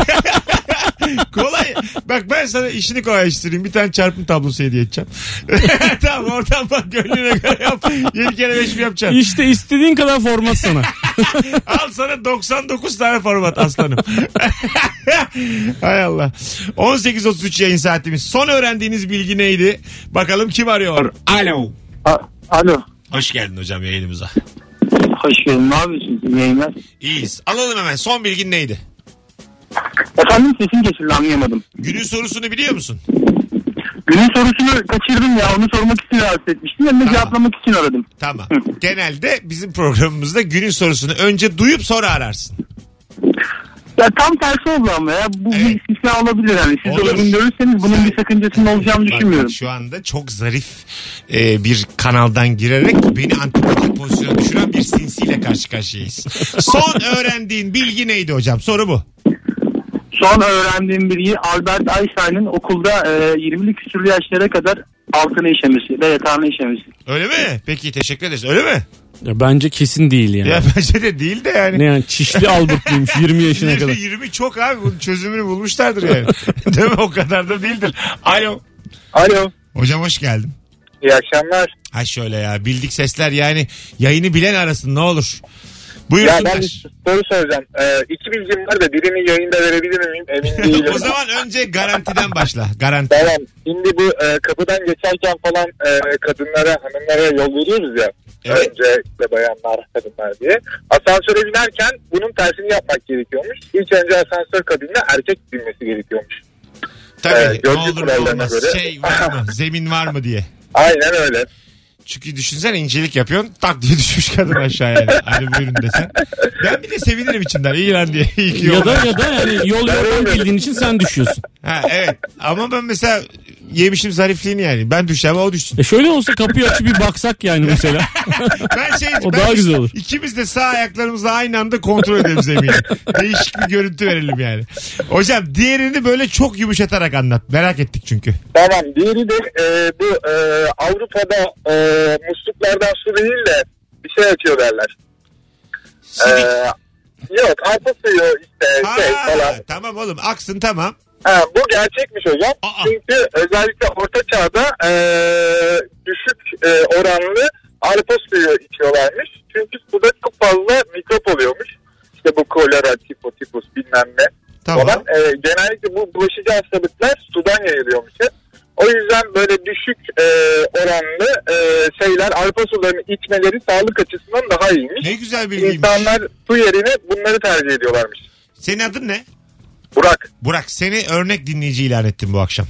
[SPEAKER 2] kolay. Bak ben sana işini kolaylaştırayım. Bir tane çarpım tablosu hediye edeceğim. tamam oradan bak gönlüne göre yap. 7 kere 5 mi yapacaksın?
[SPEAKER 3] İşte istediğin kadar format sana.
[SPEAKER 2] Al sana 99 tane format aslanım. Hay Allah. 18.33 yayın saatimiz. Son öğrendiğiniz bilgi neydi? Bakalım kim arıyor? Alo.
[SPEAKER 7] Alo.
[SPEAKER 2] Hoş geldin hocam yayınımıza.
[SPEAKER 7] Hoş geldin. Ne yapıyorsun? Yayınlar.
[SPEAKER 2] İyiyiz. Alalım hemen. Son bilgin neydi?
[SPEAKER 7] Efendim sesim kesildi anlayamadım.
[SPEAKER 2] Günün sorusunu biliyor musun?
[SPEAKER 7] Günün sorusunu kaçırdım ya. Onu sormak için rahatsız etmiştim. Hem de cevaplamak için aradım.
[SPEAKER 2] Tamam. Genelde bizim programımızda günün sorusunu önce duyup sonra ararsın.
[SPEAKER 7] Ya tam tersi oldu ama ya. Bu
[SPEAKER 2] Evet.
[SPEAKER 7] bir istisna olabilir. Yani siz
[SPEAKER 2] Olur.
[SPEAKER 7] de uygun görürseniz bunun bir sakıncasının olacağını
[SPEAKER 2] Bak,
[SPEAKER 7] düşünmüyorum.
[SPEAKER 2] şu anda çok zarif e, bir kanaldan girerek beni antipatik pozisyona düşüren bir sinsiyle karşı karşıyayız. Son öğrendiğin bilgi neydi hocam? Soru bu.
[SPEAKER 7] Son öğrendiğim bilgi Albert Einstein'ın okulda e, 20'li küsürlü yaşlara kadar altına işemesi ve yatağına işemesi.
[SPEAKER 2] Öyle mi? Peki teşekkür ederiz. Öyle mi?
[SPEAKER 3] Ya bence kesin değil yani.
[SPEAKER 2] Ya bence de değil de yani.
[SPEAKER 3] Ne yani çişli Albert'lıymış 20 yaşına
[SPEAKER 2] 20,
[SPEAKER 3] kadar.
[SPEAKER 2] 20 çok abi. Bunun çözümünü bulmuşlardır yani. Değil mi? O kadar da değildir. Alo.
[SPEAKER 9] Alo.
[SPEAKER 2] Hocam hoş geldin.
[SPEAKER 9] İyi akşamlar.
[SPEAKER 2] Ha şöyle ya bildik sesler yani yayını bilen arasın ne olur.
[SPEAKER 9] Ya ben
[SPEAKER 2] Buyursunlar.
[SPEAKER 9] bir soru soracağım. Ee, iki bilgim var da birini yayında verebilir miyim? Emin değilim.
[SPEAKER 2] o zaman önce garantiden başla. Garanti.
[SPEAKER 9] Tamam. Şimdi bu e, kapıdan geçerken falan e, kadınlara, hanımlara yol veriyoruz ya.
[SPEAKER 2] Evet.
[SPEAKER 9] Önce işte bayanlar, kadınlar diye. Asansöre binerken bunun tersini yapmak gerekiyormuş. İlk önce asansör kabinine erkek binmesi gerekiyormuş.
[SPEAKER 2] Tabii.
[SPEAKER 9] Evet,
[SPEAKER 2] ne
[SPEAKER 9] gölge
[SPEAKER 2] olur ne
[SPEAKER 9] kurallarına
[SPEAKER 2] olmaz.
[SPEAKER 9] göre.
[SPEAKER 2] Şey var mı? Zemin var mı diye.
[SPEAKER 9] Aynen öyle.
[SPEAKER 2] Çünkü düşünsene incelik yapıyorsun tak diye düşmüş kadın aşağıya yani. Hadi buyurun desen. Ben bir de sevinirim içimden. İyi lan diye. İyi ki
[SPEAKER 3] Ya
[SPEAKER 2] yolda.
[SPEAKER 3] da ya da yani yol yordan bildiğin için sen düşüyorsun.
[SPEAKER 2] Ha, evet. Ama ben mesela yemişim zarifliğini yani. Ben düşeceğim o düşsün.
[SPEAKER 3] E şöyle olsa kapıyı açıp bir baksak yani mesela.
[SPEAKER 2] Ben şey,
[SPEAKER 3] O
[SPEAKER 2] ben
[SPEAKER 3] daha
[SPEAKER 2] düş-
[SPEAKER 3] güzel olur.
[SPEAKER 2] İkimiz de sağ ayaklarımızla aynı anda kontrol edelim zemini. Değişik bir görüntü verelim yani. Hocam diğerini böyle çok yumuşatarak anlat. Merak ettik çünkü.
[SPEAKER 9] Tamam. Diğeri de e, bu e, Avrupa'da e, musluklardan su değil de bir şey atıyor derler. E,
[SPEAKER 2] Sidik.
[SPEAKER 9] yok arpa suyu işte
[SPEAKER 2] Ha,
[SPEAKER 9] şey falan.
[SPEAKER 2] tamam oğlum aksın tamam.
[SPEAKER 9] Ha, bu gerçekmiş hocam.
[SPEAKER 2] Aa.
[SPEAKER 9] Çünkü özellikle orta çağda e, düşük e, oranlı arpa suyu içiyorlarmış. Çünkü suda çok fazla mikrop oluyormuş. İşte bu kolera, tipo, tipus bilmem ne
[SPEAKER 2] Tamam.
[SPEAKER 9] falan. E, genellikle bu bulaşıcı hastalıklar sudan yayılıyormuş. hep. O yüzden böyle düşük e, oranlı e, şeyler arpa sularını içmeleri sağlık açısından daha iyiymiş.
[SPEAKER 2] Ne güzel bilgiymiş.
[SPEAKER 9] İnsanlar su yerine bunları tercih ediyorlarmış.
[SPEAKER 2] Senin adın ne?
[SPEAKER 9] Burak
[SPEAKER 2] Burak seni örnek dinleyici ilan ettim bu akşam.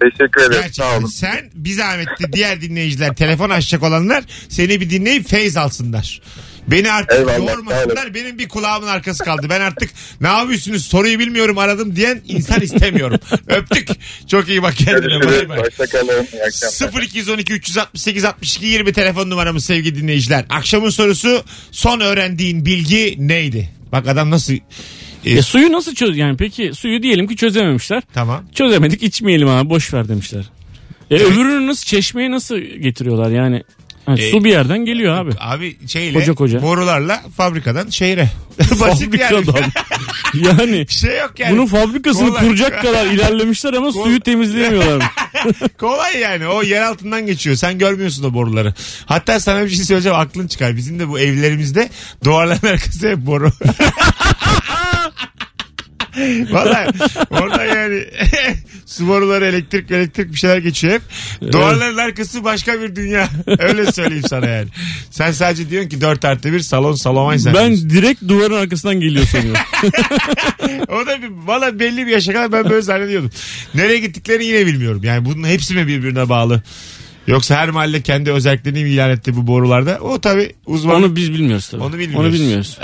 [SPEAKER 9] teşekkür ederim. Sağ
[SPEAKER 2] Gerçekten
[SPEAKER 9] olun.
[SPEAKER 2] sen bir zahmetli diğer dinleyiciler telefon açacak olanlar seni bir dinleyip feyz alsınlar. Beni artık
[SPEAKER 9] Eyvallah, sağ
[SPEAKER 2] yormasınlar. Benim bir kulağımın arkası kaldı. Ben artık ne yapıyorsunuz soruyu bilmiyorum aradım diyen insan istemiyorum. Öptük. Çok iyi bak kendine. Bay
[SPEAKER 9] Görüşürüz.
[SPEAKER 2] bay.
[SPEAKER 9] Hoşçakalın. İyi akşamlar.
[SPEAKER 2] 0212 368 62 20 telefon numaramız sevgili dinleyiciler. Akşamın sorusu son öğrendiğin bilgi neydi? Bak adam nasıl... E,
[SPEAKER 3] E suyu nasıl çöz yani peki suyu diyelim ki çözememişler.
[SPEAKER 2] tamam.
[SPEAKER 3] Çözemedik içmeyelim abi boş ver demişler. E öbürünü nasıl çeşmeye nasıl getiriyorlar yani? Ha? Ha,
[SPEAKER 2] Ee,
[SPEAKER 3] su bir yerden geliyor abi.
[SPEAKER 2] Abi şeyle
[SPEAKER 3] Koca koca.
[SPEAKER 2] borularla fabrikadan şehre. Basit yani.
[SPEAKER 3] Fabrikadan. yani
[SPEAKER 2] Bir şey yok yani.
[SPEAKER 3] bunun fabrikasını
[SPEAKER 2] kolay.
[SPEAKER 3] kuracak kadar ilerlemişler ama suyu temizleyemiyorlar.
[SPEAKER 2] Kolay yani. O yer altından geçiyor. Sen görmüyorsun o boruları. Hatta sana bir şey söyleyeceğim aklın çıkar. Bizim de bu evlerimizde duvarların arkası hep boru. Valla orada yani su boruları elektrik elektrik bir şeyler geçiyor hep. Duvarların arkası başka bir dünya. Öyle söyleyeyim sana yani. Sen sadece diyorsun ki 4 artı bir salon salomay sen.
[SPEAKER 3] ben direkt duvarın arkasından geliyor sanıyorum.
[SPEAKER 2] O da bir, valla belli bir yaşa kadar ben böyle zannediyordum. Nereye gittiklerini yine bilmiyorum. Yani bunun hepsi mi birbirine bağlı? Yoksa her mahalle kendi özelliklerini mi ilan etti bu borularda? O tabi uzman.
[SPEAKER 3] Onu biz bilmiyoruz tabii.
[SPEAKER 2] Onu bilmiyoruz.
[SPEAKER 3] Onu bilmiyoruz.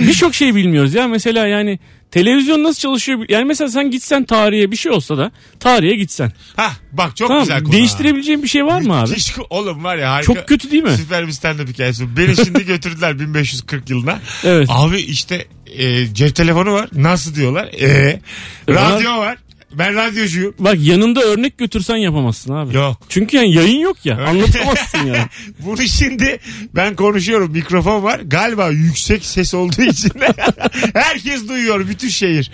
[SPEAKER 3] Birçok şey bilmiyoruz ya. Mesela yani televizyon nasıl çalışıyor? Yani mesela sen gitsen tarihe bir şey olsa da tarihe gitsen.
[SPEAKER 2] Hah bak çok
[SPEAKER 3] tamam.
[SPEAKER 2] güzel konu.
[SPEAKER 3] Değiştirebileceğin bir şey var mı
[SPEAKER 2] ha.
[SPEAKER 3] abi?
[SPEAKER 2] Müthiş- Oğlum var ya harika.
[SPEAKER 3] Çok kötü değil mi?
[SPEAKER 2] Süper bir stand-up hikayesi. Beni şimdi götürdüler 1540 yılına.
[SPEAKER 3] Evet.
[SPEAKER 2] Abi işte e, cep telefonu var. Nasıl diyorlar? E, radyo var. Ben radyocuyum.
[SPEAKER 3] Bak yanında örnek götürsen yapamazsın abi.
[SPEAKER 2] Yok.
[SPEAKER 3] Çünkü yani yayın yok ya. Anlatamazsın yani.
[SPEAKER 2] Bunu şimdi ben konuşuyorum mikrofon var galiba yüksek ses olduğu için herkes duyuyor bütün şehir.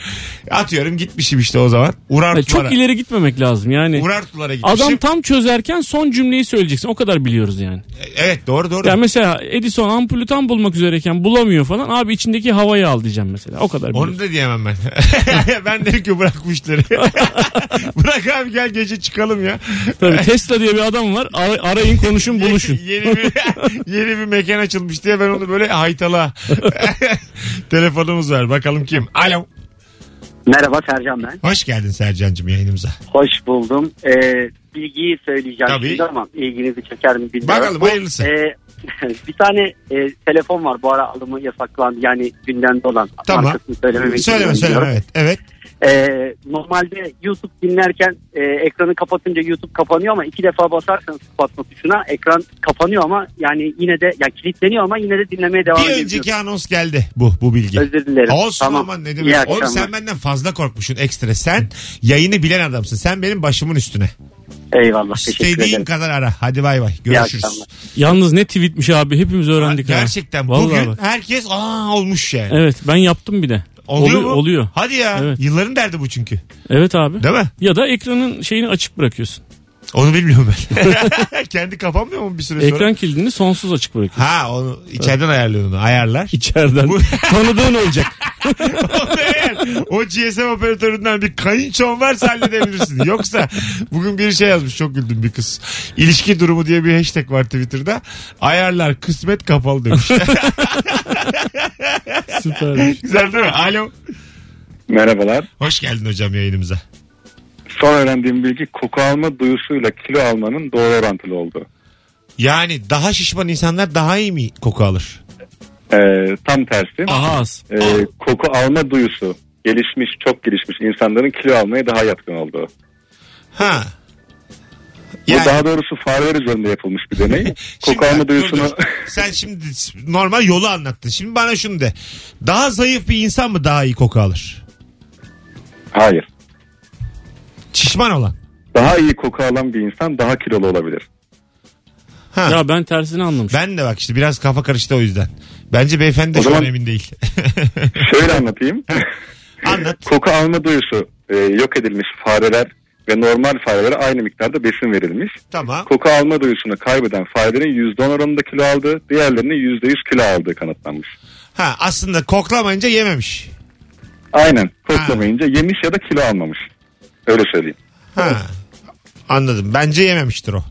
[SPEAKER 2] Atıyorum gitmişim işte o zaman
[SPEAKER 3] Yani
[SPEAKER 2] Urartulara.
[SPEAKER 3] çok ileri gitmemek lazım yani.
[SPEAKER 2] Urartulara gitmişim.
[SPEAKER 3] Adam tam çözerken son cümleyi söyleyeceksin. O kadar biliyoruz yani.
[SPEAKER 2] Evet doğru doğru.
[SPEAKER 3] Ya mesela Edison ampulü tam bulmak üzereyken bulamıyor falan. Abi içindeki havayı al diyeceğim mesela. O kadar biliyoruz.
[SPEAKER 2] Onu da diyemem ben. ben derim ki bırak bu işleri. bırak abi gel gece çıkalım ya.
[SPEAKER 3] Tabii Tesla diye bir adam var. Ar- arayın konuşun buluşun.
[SPEAKER 2] yeni bir yeni bir mekan açılmış diye ben onu böyle haytala. Telefonumuz var bakalım kim. Alo.
[SPEAKER 10] Merhaba Sercan ben.
[SPEAKER 2] Hoş geldin Sercan'cığım yayınımıza.
[SPEAKER 10] Hoş buldum. Ee, bilgiyi söyleyeceğim
[SPEAKER 2] Tabii.
[SPEAKER 10] şimdi ama ilginizi çeker mi bilmiyorum.
[SPEAKER 2] Bakalım,
[SPEAKER 10] Bu,
[SPEAKER 2] hayırlısı.
[SPEAKER 10] e, bir tane e, telefon var bu ara alımı yasaklandı yani gündemde olan.
[SPEAKER 2] Tamam.
[SPEAKER 10] Markasını söylememi E,
[SPEAKER 2] Söyleme söyleme evet. Evet.
[SPEAKER 10] normalde YouTube dinlerken e, ekranı kapatınca YouTube kapanıyor ama iki defa basarsanız kapatma tuşuna ekran kapanıyor ama yani yine de ya kilitleniyor ama yine de dinlemeye devam
[SPEAKER 2] Bir
[SPEAKER 10] ediyorsunuz.
[SPEAKER 2] önceki anons geldi bu bu bilgi.
[SPEAKER 10] Özür dilerim.
[SPEAKER 2] Olsun
[SPEAKER 10] Tamam.
[SPEAKER 2] aman ne
[SPEAKER 10] İyi
[SPEAKER 2] demek. Oğlum
[SPEAKER 10] akşamlar.
[SPEAKER 2] sen benden fazla korkmuşsun ekstra. Sen yayını bilen adamsın. Sen benim başımın üstüne.
[SPEAKER 10] Eyvallah teşekkür
[SPEAKER 2] İstediğin
[SPEAKER 10] ederim.
[SPEAKER 2] kadar ara. Hadi bay bay. Görüşürüz.
[SPEAKER 10] akşamlar.
[SPEAKER 3] Yalnız ne tweetmiş abi hepimiz
[SPEAKER 2] Ha,
[SPEAKER 3] öğrendik ha.
[SPEAKER 2] Gerçekten
[SPEAKER 3] Vallahi
[SPEAKER 2] bugün
[SPEAKER 3] bak.
[SPEAKER 2] herkes aa olmuş yani.
[SPEAKER 3] Evet ben yaptım bir de.
[SPEAKER 2] Oluyor mu?
[SPEAKER 3] Oluyor.
[SPEAKER 2] Hadi ya.
[SPEAKER 3] Evet.
[SPEAKER 2] Yılların derdi bu çünkü.
[SPEAKER 3] Evet abi.
[SPEAKER 2] Değil mi?
[SPEAKER 3] Ya da ekranın şeyini açık bırakıyorsun.
[SPEAKER 2] Onu bilmiyorum ben. Kendi kapanmıyor mu bir süre sonra?
[SPEAKER 3] Ekran kilidini sonsuz açık bırakıyorsun.
[SPEAKER 2] Ha onu içeriden ayarlıyor onu. Ayarlar.
[SPEAKER 3] İçeriden.
[SPEAKER 2] Bu-
[SPEAKER 3] Tanıdığın olacak.
[SPEAKER 2] Onu eğer o GSM operatöründen bir kayınçon varsa halledebilirsin. Yoksa bugün bir şey yazmış çok güldüm bir kız. İlişki durumu diye bir hashtag var Twitter'da. Ayarlar kısmet kapalı demiş.
[SPEAKER 3] Süper.
[SPEAKER 2] Güzel değil mi? Alo.
[SPEAKER 11] Merhabalar.
[SPEAKER 2] Hoş geldin hocam yayınımıza.
[SPEAKER 11] Son öğrendiğim bilgi koku alma duyusuyla kilo almanın doğru orantılı oldu.
[SPEAKER 2] Yani daha şişman insanlar daha iyi mi koku alır?
[SPEAKER 11] Ee, tam tersi.
[SPEAKER 3] Daha az.
[SPEAKER 11] Ee, koku alma duyusu gelişmiş, çok gelişmiş insanların kilo almaya daha yatkın olduğu.
[SPEAKER 2] Ha.
[SPEAKER 11] Bu daha doğrusu fareler üzerinde yapılmış bir deney.
[SPEAKER 2] Şimdi
[SPEAKER 11] koku alma
[SPEAKER 2] bak, dur,
[SPEAKER 11] duyusunu
[SPEAKER 2] dur. Sen şimdi normal yolu anlattın. Şimdi bana şunu de. Daha zayıf bir insan mı daha iyi koku alır?
[SPEAKER 11] hayır.
[SPEAKER 2] Şişman olan.
[SPEAKER 11] Daha iyi koku alan bir insan daha kilolu olabilir.
[SPEAKER 2] Ha.
[SPEAKER 3] Ya ben tersini anlamışım.
[SPEAKER 2] Ben de bak işte biraz kafa karıştı o yüzden. Bence beyefendi de
[SPEAKER 11] O
[SPEAKER 2] şu an
[SPEAKER 11] zaman-
[SPEAKER 2] emin değil.
[SPEAKER 11] Şöyle anlatayım.
[SPEAKER 2] Anlat.
[SPEAKER 11] koku alma duyusu e, yok edilmiş fareler ve normal farelere aynı miktarda besin verilmiş.
[SPEAKER 2] Tamam.
[SPEAKER 11] Koku alma duyusunu kaybeden farelerin %10 oranında kilo aldığı, diğerlerinin %100 kilo aldığı kanıtlanmış.
[SPEAKER 2] Ha aslında koklamayınca yememiş.
[SPEAKER 11] Aynen. Koklamayınca yemiş ya da kilo almamış. Öyle söyleyeyim.
[SPEAKER 2] Ha. Anladım. Bence yememiştir o.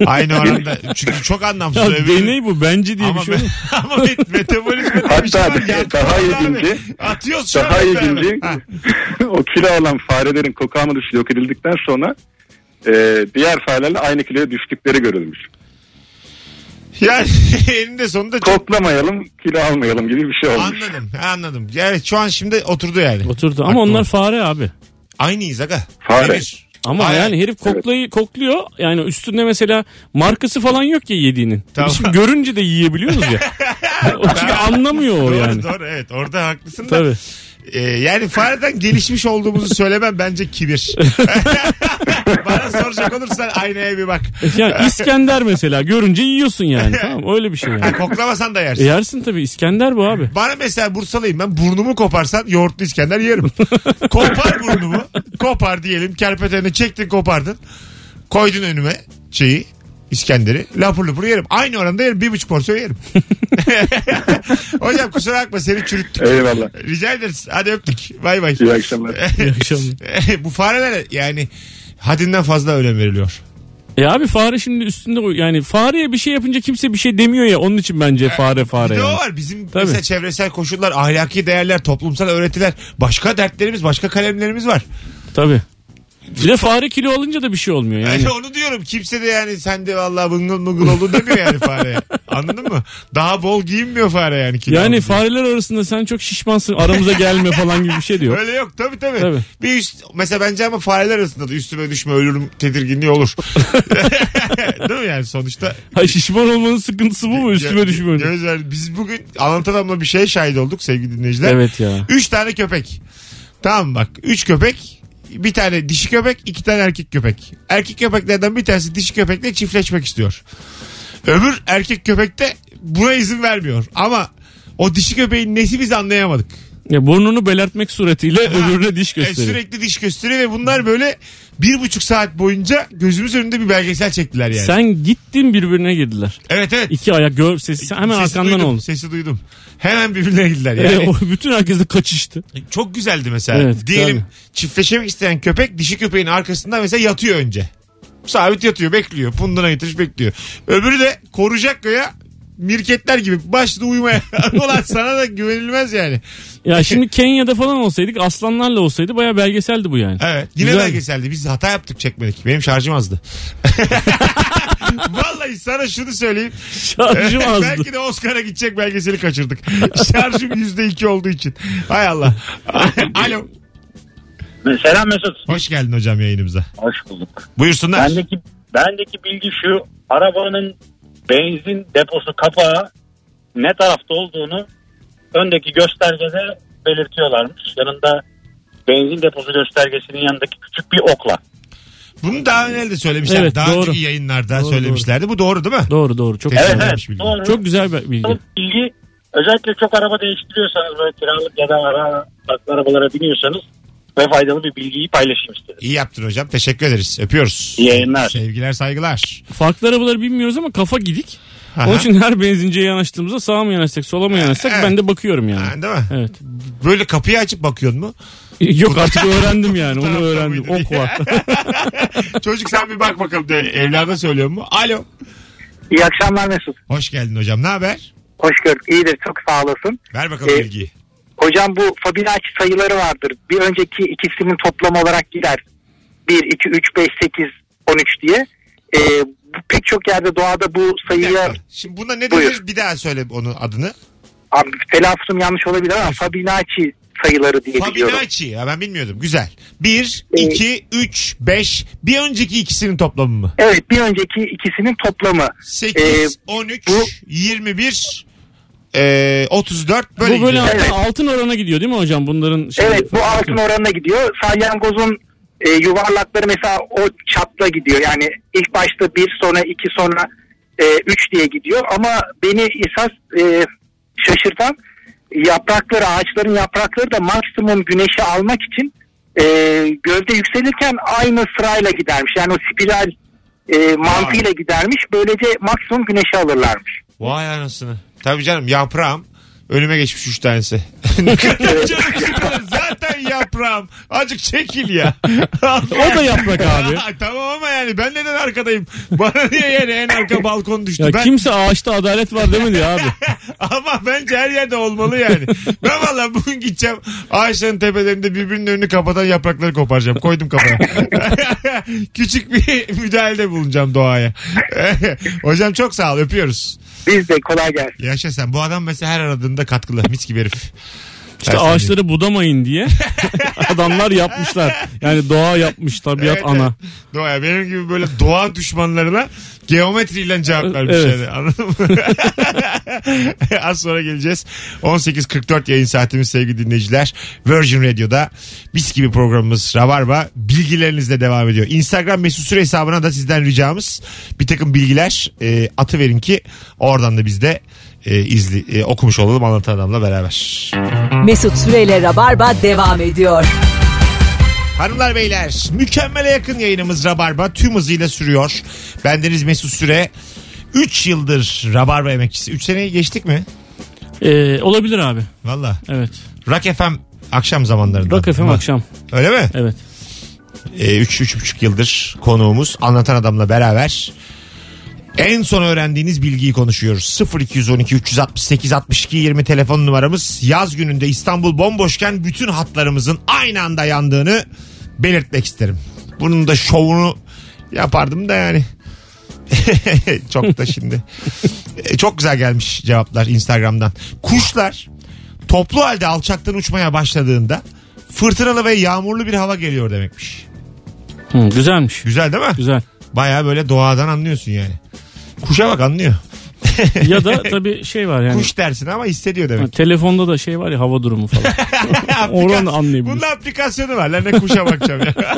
[SPEAKER 2] Aynı oranda. Çünkü çok anlamsız.
[SPEAKER 3] Ya
[SPEAKER 2] Öbürü-
[SPEAKER 3] deney bu bence diye
[SPEAKER 2] Ama,
[SPEAKER 3] bir şey yok.
[SPEAKER 2] ama met- metabolizma diye bir şey
[SPEAKER 11] Hatta
[SPEAKER 2] var. Ya,
[SPEAKER 11] daha
[SPEAKER 2] kokular mı?
[SPEAKER 11] ilginci-
[SPEAKER 2] Atıyoruz şu an
[SPEAKER 11] Daha
[SPEAKER 2] beraber.
[SPEAKER 11] ilginci
[SPEAKER 2] Ha.
[SPEAKER 11] o kilo alan farelerin koku alma duyusu yok edildikten sonra e, diğer farelerle aynı kiloya düştükleri görülmüş.
[SPEAKER 2] Yani eninde sonunda çok
[SPEAKER 11] Koklamayalım kilo almayalım gibi bir şey olmuş.
[SPEAKER 2] anladım. Anladım. Yani şu an şimdi oturdu yani.
[SPEAKER 3] Oturdu. Ama
[SPEAKER 2] Aklıma.
[SPEAKER 3] onlar fare abi.
[SPEAKER 2] Aynıyız aga.
[SPEAKER 11] Fare.
[SPEAKER 2] Emir.
[SPEAKER 3] Ama
[SPEAKER 2] Hayır.
[SPEAKER 3] yani herif koklayı kokluyor. Yani üstünde mesela markası falan yok ya yediğinin.
[SPEAKER 2] Tamam.
[SPEAKER 3] Biz Şimdi görünce de yiyebiliyoruz ya. o çünkü anlamıyor o
[SPEAKER 2] Doğru
[SPEAKER 3] yani.
[SPEAKER 2] doğru evet orada haklısın da.
[SPEAKER 3] Tabii.
[SPEAKER 2] Ee, yani fareden gelişmiş olduğumuzu söylemem bence kibir. Bana soracak olursan aynaya bir bak.
[SPEAKER 3] Yani İskender mesela görünce yiyorsun yani. Tamam öyle bir şey yani.
[SPEAKER 2] Ha, koklamasan da
[SPEAKER 3] E
[SPEAKER 2] yersin.
[SPEAKER 3] yersin tabii İskender bu abi.
[SPEAKER 2] Bana mesela Bursalıyım ben burnumu koparsan yoğurtlu İskender yerim. Kopar burnumu. Kopar diyelim. Kerpetenini çektin kopardın. Koydun önüme şeyi. İskender'i lapur lapur yerim. Aynı oranda yerim. Bir buçuk porsiyon yerim. Hocam kusura bakma seni çürüttük.
[SPEAKER 9] Eyvallah.
[SPEAKER 2] Rica ederiz. Hadi öptük. Bay bay.
[SPEAKER 9] İyi akşamlar.
[SPEAKER 2] Eh.
[SPEAKER 3] İyi akşamlar.
[SPEAKER 2] Bu farelere yani haddinden fazla önem veriliyor.
[SPEAKER 3] E abi fare şimdi üstünde o- yani fareye bir şey yapınca kimse bir şey demiyor ya onun için bence fare
[SPEAKER 2] Bir
[SPEAKER 3] fare.
[SPEAKER 2] de o
[SPEAKER 3] yani.
[SPEAKER 2] var bizim
[SPEAKER 3] Tabii.
[SPEAKER 2] mesela çevresel koşullar, ahlaki değerler, toplumsal öğretiler, başka dertlerimiz, başka kalemlerimiz var.
[SPEAKER 3] Tabii. Bir de fare kilo alınca da bir şey olmuyor yani.
[SPEAKER 2] Yani onu diyorum kimse de yani sen de vallahi bıngıl mıngıl oldu demiyor yani fareye. Anladın mı? Daha bol giyinmiyor fare yani. kilo
[SPEAKER 3] Yani
[SPEAKER 2] alınca.
[SPEAKER 3] fareler arasında sen çok şişmansın aramıza gelme falan gibi bir şey diyor.
[SPEAKER 2] Öyle yok tabii, tabii
[SPEAKER 3] Tabii.
[SPEAKER 2] Bir üst mesela bence ama fareler arasında da üstüme düşme ölürüm tedirginliği olur. Değil mi yani sonuçta
[SPEAKER 3] Ha şişman olmanın sıkıntısı bu mu? Üstüme
[SPEAKER 2] Gö-
[SPEAKER 3] düşmüyor.
[SPEAKER 2] Göz ver. Biz bugün anlatan adamla bir şeye şahit olduk sevgili dinleyiciler.
[SPEAKER 3] Evet ya.
[SPEAKER 2] Üç tane köpek. Tamam bak. Üç köpek. Bir tane dişi köpek, iki tane erkek köpek. Erkek köpeklerden bir tanesi dişi köpekle çiftleşmek istiyor. Öbür erkek köpek de buna izin vermiyor. Ama o dişi köpeğin nesi biz anlayamadık.
[SPEAKER 3] Ya burnunu belertmek suretiyle öbürüne diş
[SPEAKER 2] E,
[SPEAKER 3] gösteriyor.
[SPEAKER 2] sürekli diş gösteriyor ve bunlar böyle bir buçuk saat boyunca gözümüz önünde bir belgesel çektiler yani.
[SPEAKER 3] Sen gittin birbirine girdiler.
[SPEAKER 2] Evet evet.
[SPEAKER 3] İki ayak gör sesi sen hemen
[SPEAKER 2] E, Sesi
[SPEAKER 3] arkandan
[SPEAKER 2] duydum,
[SPEAKER 3] oldu.
[SPEAKER 2] Sesi duydum. Hemen birbirine girdiler. Yani.
[SPEAKER 3] Evet, o bütün herkes de kaçıştı.
[SPEAKER 2] Çok güzeldi mesela.
[SPEAKER 3] Evet,
[SPEAKER 2] Diyelim
[SPEAKER 3] tabii.
[SPEAKER 2] çiftleşmek isteyen köpek dişi köpeğin arkasında mesela yatıyor önce. Sabit yatıyor bekliyor. Punduna yatırış bekliyor. Öbürü de koruyacak ya mirketler gibi başladı uyumaya. Ulan sana da güvenilmez yani.
[SPEAKER 3] Ya şimdi Kenya'da falan olsaydık aslanlarla olsaydı baya belgeseldi bu yani.
[SPEAKER 2] Evet. Yine
[SPEAKER 3] Güzel.
[SPEAKER 2] belgeseldi. Biz hata yaptık çekmedik. Benim şarjım azdı. Vallahi sana şunu söyleyeyim.
[SPEAKER 3] Şarjım azdı.
[SPEAKER 2] Belki de Oscar'a gidecek belgeseli kaçırdık. Şarjım yüzde iki olduğu için. Hay Allah. Alo.
[SPEAKER 7] Selam Mesut.
[SPEAKER 2] Hoş geldin hocam yayınımıza.
[SPEAKER 7] Hoş bulduk.
[SPEAKER 2] Buyursunlar.
[SPEAKER 7] Bendeki, bendeki bilgi şu. Arabanın benzin deposu kapağı ne tarafta olduğunu öndeki göstergede belirtiyorlarmış. Yanında benzin deposu göstergesinin yanındaki küçük bir okla.
[SPEAKER 2] Bunu daha önce de söylemişler.
[SPEAKER 3] Evet,
[SPEAKER 2] daha
[SPEAKER 3] doğru.
[SPEAKER 2] önceki yayınlarda
[SPEAKER 3] Doğru,
[SPEAKER 2] söylemişlerdi. Bu doğru değil mi?
[SPEAKER 3] Doğru doğru çok
[SPEAKER 2] Evet,
[SPEAKER 3] güzel.
[SPEAKER 2] evet. Güzelmiş bilgi.
[SPEAKER 7] Doğru.
[SPEAKER 3] şey Çok güzel bir bilgi.
[SPEAKER 7] bilgi özellikle çok araba değiştiriyorsanız böyle kiralık ya da ara farklı arabalara biniyorsanız ve faydalı bir bilgiyi paylaşayım istedim.
[SPEAKER 2] İyi yaptın hocam. Teşekkür ederiz. Öpüyoruz.
[SPEAKER 7] İyi yayınlar.
[SPEAKER 2] Sevgiler, saygılar.
[SPEAKER 3] Farklı arabaları bilmiyoruz ama kafa gidik.
[SPEAKER 2] Aha.
[SPEAKER 3] Onun için her benzinciye yanaştığımızda sağa mı yanaşsak sola mı yanaşsak
[SPEAKER 2] Evet.
[SPEAKER 3] ben de bakıyorum yani.
[SPEAKER 2] Ha, değil mi?
[SPEAKER 3] Evet.
[SPEAKER 2] Böyle kapıyı açıp bakıyorsun mu?
[SPEAKER 3] Yok artık öğrendim yani onu
[SPEAKER 2] tarafta
[SPEAKER 3] öğrendim.
[SPEAKER 2] mıydı
[SPEAKER 3] Ok
[SPEAKER 2] diye.
[SPEAKER 3] var.
[SPEAKER 2] Çocuk sen bir bak bakalım diye. Evlada söylüyor mu? Alo.
[SPEAKER 12] İyi akşamlar Mesut.
[SPEAKER 2] Hoş geldin hocam. Ne haber?
[SPEAKER 12] Hoş gördük. İyidir. Çok sağ olasın.
[SPEAKER 2] Ver bakalım
[SPEAKER 12] Ee,
[SPEAKER 2] bilgiyi.
[SPEAKER 12] Hocam bu Fibonacci sayıları vardır. Bir önceki ikisinin toplamı olarak gider. 1, 2, 3, 5, 8, 13 diye. Ee, bu pek çok yerde doğada bu
[SPEAKER 2] Bir
[SPEAKER 12] sayıya
[SPEAKER 2] dakika. Şimdi buna ne
[SPEAKER 12] Buyur.
[SPEAKER 2] denir? Bir daha söyle onun adını.
[SPEAKER 12] abi, telaffuzum yanlış olabilir ama Fibonacci sayıları diye biliyorum.
[SPEAKER 2] Fabinacci. Ya ben bilmiyordum. Güzel. 1,
[SPEAKER 12] Ee,
[SPEAKER 2] 2, 3, 5. Bir önceki ikisinin toplamı mı?
[SPEAKER 12] Evet bir önceki ikisinin toplamı.
[SPEAKER 2] 8,
[SPEAKER 12] Ee,
[SPEAKER 2] 13,
[SPEAKER 12] bu-
[SPEAKER 2] 21, e, 34 böyle
[SPEAKER 3] Bu böyle
[SPEAKER 2] gidiyor.
[SPEAKER 3] altın,
[SPEAKER 12] Evet.
[SPEAKER 3] altın orana gidiyor değil mi hocam bunların? Şey,
[SPEAKER 12] Evet bu altın oranına gidiyor. Salyangozun e, yuvarlakları mesela o çapla gidiyor. Yani ilk başta bir sonra iki sonra e, üç diye gidiyor. Ama beni esas e, şaşırtan yaprakları ağaçların yaprakları da maksimum güneşi almak için e, gövde yükselirken aynı sırayla gidermiş. Yani o spiral e, mantığıyla gidermiş. Böylece maksimum güneşi alırlarmış.
[SPEAKER 2] Vay anasını. Tabii canım yaprağım. Önüme geçmiş üç tanesi. ne kadar canım sıkılır. Zaten yaprağım. Azıcık çekil ya.
[SPEAKER 3] O da yaprak abi.
[SPEAKER 2] tamam ama yani ben neden arkadayım? Bana niye yani en arka balkon düştü?
[SPEAKER 3] Ya
[SPEAKER 2] ben...
[SPEAKER 3] kimse ağaçta adalet var demedi ya abi.
[SPEAKER 2] Ama bence her yerde olmalı yani. ben valla bugün gideceğim ağaçların tepelerinde birbirinin önünü kapatan yaprakları koparacağım. Koydum kafaya. Küçük bir müdahalede bulunacağım doğaya. Hocam çok sağ ol öpüyoruz.
[SPEAKER 12] Biz de kolay gelsin.
[SPEAKER 2] Yaşa sen. Bu adam mesela her aradığında katkılı. Mis gibi herif.
[SPEAKER 3] İşte ağaçları budamayın diye adamlar yapmışlar. Yani doğa yapmış tabiat
[SPEAKER 2] Evet,
[SPEAKER 3] ana.
[SPEAKER 2] Doğa benim gibi böyle doğa düşmanlarına geometriyle cevap vermiş
[SPEAKER 3] Evet.
[SPEAKER 2] yani. Anladın mı? Az sonra geleceğiz. 18.44 yayın saatimiz sevgili dinleyiciler. Virgin Radio'da biz gibi programımız Rabarba bilgilerinizle devam ediyor. Instagram mesut süre hesabına da sizden ricamız bir takım bilgiler e, atı verin ki oradan da biz de e, izli, e, okumuş olalım anlatan adamla beraber.
[SPEAKER 1] Mesut Süreyle Rabarba devam ediyor.
[SPEAKER 2] Hanımlar beyler mükemmele yakın yayınımız Rabarba tüm hızıyla sürüyor. Bendeniz Mesut Süre 3 yıldır Rabarba emekçisi. 3 seneyi geçtik mi?
[SPEAKER 3] Ee, olabilir abi.
[SPEAKER 2] Valla.
[SPEAKER 3] Evet.
[SPEAKER 2] Rock FM akşam zamanlarında.
[SPEAKER 3] Rock FM akşam.
[SPEAKER 2] Öyle mi? Ee,
[SPEAKER 3] Evet.
[SPEAKER 2] 3-3,5 yıldır konuğumuz anlatan adamla beraber en son öğrendiğiniz bilgiyi konuşuyoruz. 0212 368 62 20 telefon numaramız. Yaz gününde İstanbul bomboşken bütün hatlarımızın aynı anda yandığını belirtmek isterim. Bunun da şovunu yapardım da yani. Çok da şimdi. E, Çok güzel gelmiş cevaplar Instagram'dan. Kuşlar toplu halde alçaktan uçmaya başladığında fırtınalı ve yağmurlu bir hava geliyor demekmiş.
[SPEAKER 3] Hı, güzelmiş.
[SPEAKER 2] Güzel değil mi?
[SPEAKER 3] Güzel.
[SPEAKER 2] Baya böyle doğadan anlıyorsun yani. Kuşa bak anlıyor.
[SPEAKER 3] Ya da tabii şey var yani.
[SPEAKER 2] Kuş dersin ama hissediyor
[SPEAKER 3] Ha,
[SPEAKER 2] demek.
[SPEAKER 3] Telefonda da şey var ya hava durumu falan. Oradan
[SPEAKER 2] Aplika-
[SPEAKER 3] anlayabilirsin.
[SPEAKER 2] Bunun aplikasyonu var. Lan ne kuşa bakacağım ya.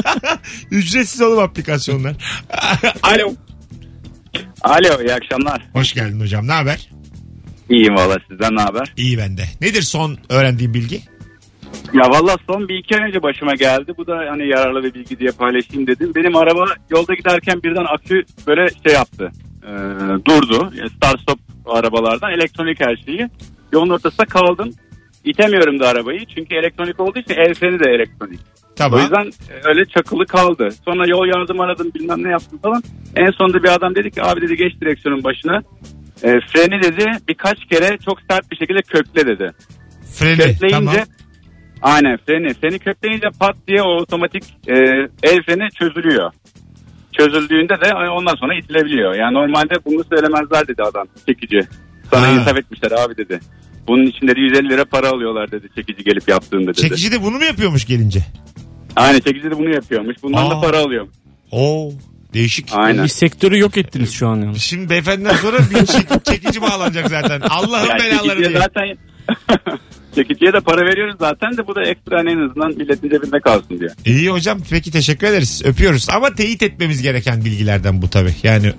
[SPEAKER 2] Ücretsiz oğlum aplikasyonlar.
[SPEAKER 13] Alo. Alo iyi akşamlar.
[SPEAKER 2] Hoş geldin hocam. Ne haber?
[SPEAKER 13] İyiyim valla sizden ne haber?
[SPEAKER 2] İyi bende. Nedir son öğrendiğin bilgi?
[SPEAKER 13] Ya valla son bir iki ay önce başıma geldi. Bu da hani yararlı bir bilgi diye paylaşayım dedim. Benim araba yolda giderken birden akü böyle şey yaptı. Ee, durdu. Yani Start stop arabalardan elektronik her şeyi. Yolun ortasında kaldım. İtemiyorum da arabayı. Çünkü elektronik olduğu için el freni de elektronik. O
[SPEAKER 2] Tamam.
[SPEAKER 13] yüzden öyle çakılı kaldı. Sonra yol yardım aradım bilmem ne yaptım falan. En sonunda bir adam dedi ki abi dedi geç direksiyonun başına. E, freni dedi birkaç kere çok sert bir şekilde kökle dedi.
[SPEAKER 2] Freni.
[SPEAKER 13] Kökleyince
[SPEAKER 2] Tamam.
[SPEAKER 13] aynen freni. Freni kökleyince pat diye o otomatik e, el freni çözülüyor. Çözüldüğünde de ondan sonra itilebiliyor. Yani normalde bunu söylemezler dedi adam çekici. Sana
[SPEAKER 2] Ha.
[SPEAKER 13] insaf etmişler abi dedi. Bunun için dedi 150 lira para alıyorlar dedi çekici gelip yaptığında dedi.
[SPEAKER 2] Çekici de bunu mu yapıyormuş gelince?
[SPEAKER 13] Aynen çekici de bunu yapıyormuş. Bundan
[SPEAKER 2] Aa.
[SPEAKER 13] da para alıyor.
[SPEAKER 2] Oo değişik.
[SPEAKER 13] Aynen.
[SPEAKER 3] Bir sektörü yok ettiniz şu an yani.
[SPEAKER 2] Şimdi beyefendiden sonra bir çek- çekici bağlanacak zaten. Allah'ın
[SPEAKER 13] Yani
[SPEAKER 2] belaları
[SPEAKER 13] çekiciye
[SPEAKER 2] diye.
[SPEAKER 13] zaten çekiciye de para veriyoruz zaten de bu da ekstra hani en azından milletin cebinde kalsın diye.
[SPEAKER 2] İyi hocam peki teşekkür ederiz. Öpüyoruz ama teyit etmemiz gereken bilgilerden bu tabii. Yani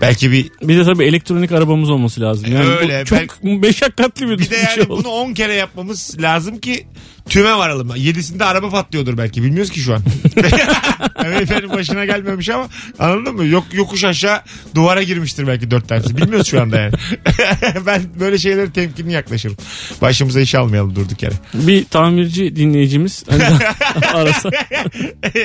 [SPEAKER 2] belki bir
[SPEAKER 3] Bir de tabii elektronik arabamız olması lazım. Yani
[SPEAKER 2] Öyle,
[SPEAKER 3] bu çok meşakkatli bir,
[SPEAKER 2] bir de
[SPEAKER 3] şey
[SPEAKER 2] yani
[SPEAKER 3] oldu.
[SPEAKER 2] bunu 10 kere yapmamız lazım ki tüme varalım. 7'sinde araba patlıyordur belki bilmiyoruz ki şu an. yani efendim başına gelmemiş ama anladın mı? Yok yokuş aşağı duvara girmiştir belki 4 tanesi. Bilmiyoruz şu anda yani. ben böyle şeylere temkinli yaklaşırım. Başımıza iş almayalım durduk yere.
[SPEAKER 3] Bir tamirci dinleyicimiz hani arasa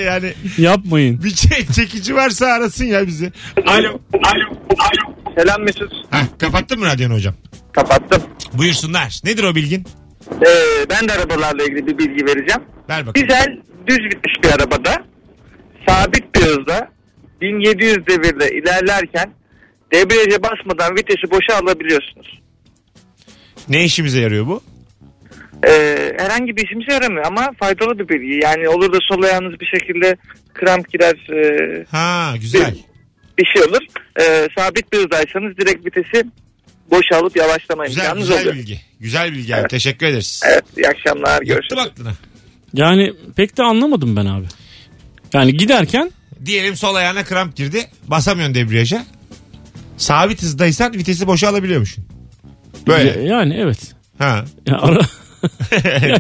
[SPEAKER 2] yani
[SPEAKER 3] yapmayın.
[SPEAKER 2] bir şey çekici varsa arasın ya bizi. Alo.
[SPEAKER 9] Alo, alo. Selam Mesut.
[SPEAKER 2] Hah, kapattın mı radyonu hocam?
[SPEAKER 12] Kapattım.
[SPEAKER 2] Buyursunlar. Nedir o bilgin?
[SPEAKER 12] Ee, ben de arabalarla ilgili bir bilgi vereceğim.
[SPEAKER 2] Ver bakalım.
[SPEAKER 12] Güzel düz gitmiş bir arabada sabit bir hızda 1700 devirde ilerlerken debriyaja basmadan vitesi boşa alabiliyorsunuz.
[SPEAKER 2] Ne işimize yarıyor bu?
[SPEAKER 12] Ee, herhangi bir işimize yaramıyor ama faydalı bir bilgi. Yani olur da sol ayağınız bir şekilde kramp girer e,
[SPEAKER 2] Ha güzel.
[SPEAKER 12] bir şey olur. Ee, sabit bir hızdaysanız direkt vitesi boşa alıp yavaşlama
[SPEAKER 2] Güzel,
[SPEAKER 12] imkanınız
[SPEAKER 2] güzel
[SPEAKER 12] oluyor.
[SPEAKER 2] bilgi. Güzel bilgi abi. Teşekkür ederiz.
[SPEAKER 12] Evet iyi akşamlar
[SPEAKER 2] Yoktu
[SPEAKER 12] görüşürüz.
[SPEAKER 2] aklına.
[SPEAKER 3] Yani pek de anlamadım ben abi. Yani giderken
[SPEAKER 2] Diyelim sol ayağına kramp girdi. Basamıyorsun debriyaja. Sabit hızdaysan vitesi boşa alabiliyormuşsun. Böyle.
[SPEAKER 3] yani evet.
[SPEAKER 2] Ha.
[SPEAKER 3] Ya ara-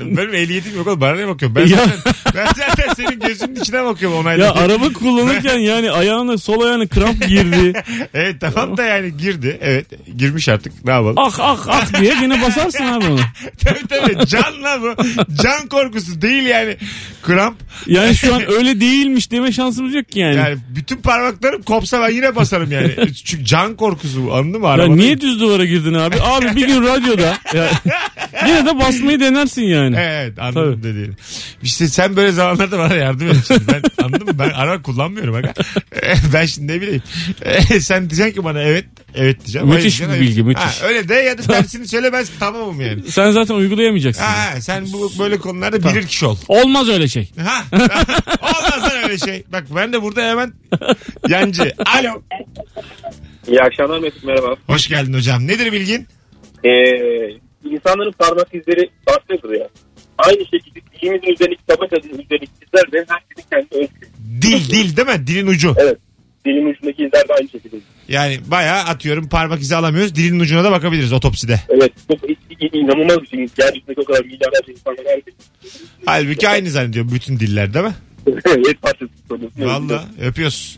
[SPEAKER 2] Benim ehliyetim yok oğlum. Bana ne bakıyorsun?
[SPEAKER 3] Ya.
[SPEAKER 2] Ben, zaten, ben zaten senin gözünün içine bakıyorum onayla.
[SPEAKER 3] ya araba kullanırken yani ayağına sol ayağına kramp girdi.
[SPEAKER 2] Evet tamam da yani girdi. Evet girmiş artık. Ne yapalım?
[SPEAKER 3] ah ah ah diye yine basarsın abi onu.
[SPEAKER 2] tabii tabii. Can la bu. Can korkusu değil yani. Kramp.
[SPEAKER 3] Yani şu an öyle değilmiş deme şansımız yok ki yani.
[SPEAKER 2] Yani bütün parmaklarım kopsa ben yine basarım yani. Çünkü can korkusu bu, anladın mı?
[SPEAKER 3] Ya
[SPEAKER 2] Arabada-
[SPEAKER 3] niye düz duvara girdin abi? Abi bir gün radyoda. Ya, yine de basmayı denersin yani.
[SPEAKER 2] Evet anladım dediğini. İşte sen böyle zamanlarda bana yardım et. şimdi. Ben anladın mı? Ben araba kullanmıyorum. Aga. ben şimdi ne bileyim. sen diyeceksin ki bana evet Evet diyeceğim.
[SPEAKER 3] Müthiş
[SPEAKER 2] hayır diyeceğim,
[SPEAKER 3] bir
[SPEAKER 2] hayır.
[SPEAKER 3] bilgi, müthiş.
[SPEAKER 2] Ha, öyle de ya da tersini söyle ben tamamım yani.
[SPEAKER 3] Sen zaten uygulayamayacaksın.
[SPEAKER 2] Ha, ha, sen bu böyle konularda bilir kişi ol.
[SPEAKER 3] Olmaz öyle şey.
[SPEAKER 2] Ha. Olmaz lan öyle şey. Bak ben de burada hemen yancı. Alo.
[SPEAKER 14] İyi akşamlar Mesut merhaba.
[SPEAKER 2] Hoş geldin hocam. Nedir bilgin?
[SPEAKER 14] Ee, insanların parmak izleri farklıdır ya. Aynı şey şekilde dilimizin üzerine tabacanın üzerine izler ve herkesin kendi özgü.
[SPEAKER 2] Dil dil değil mi? Dilin ucu.
[SPEAKER 14] Evet. Dilimin ucundaki izler de aynı şekilde.
[SPEAKER 2] Yani bayağı atıyorum parmak izi alamıyoruz. Dilin ucuna da bakabiliriz otopside.
[SPEAKER 14] Evet. Çok iyi, inanılmaz bir şey. Yeryüzündeki o kadar milyarlarca insanlar her
[SPEAKER 2] Halbuki aynı zannediyorum bütün diller değil mi?
[SPEAKER 14] Evet parçası sorun.
[SPEAKER 2] Valla öpüyoruz.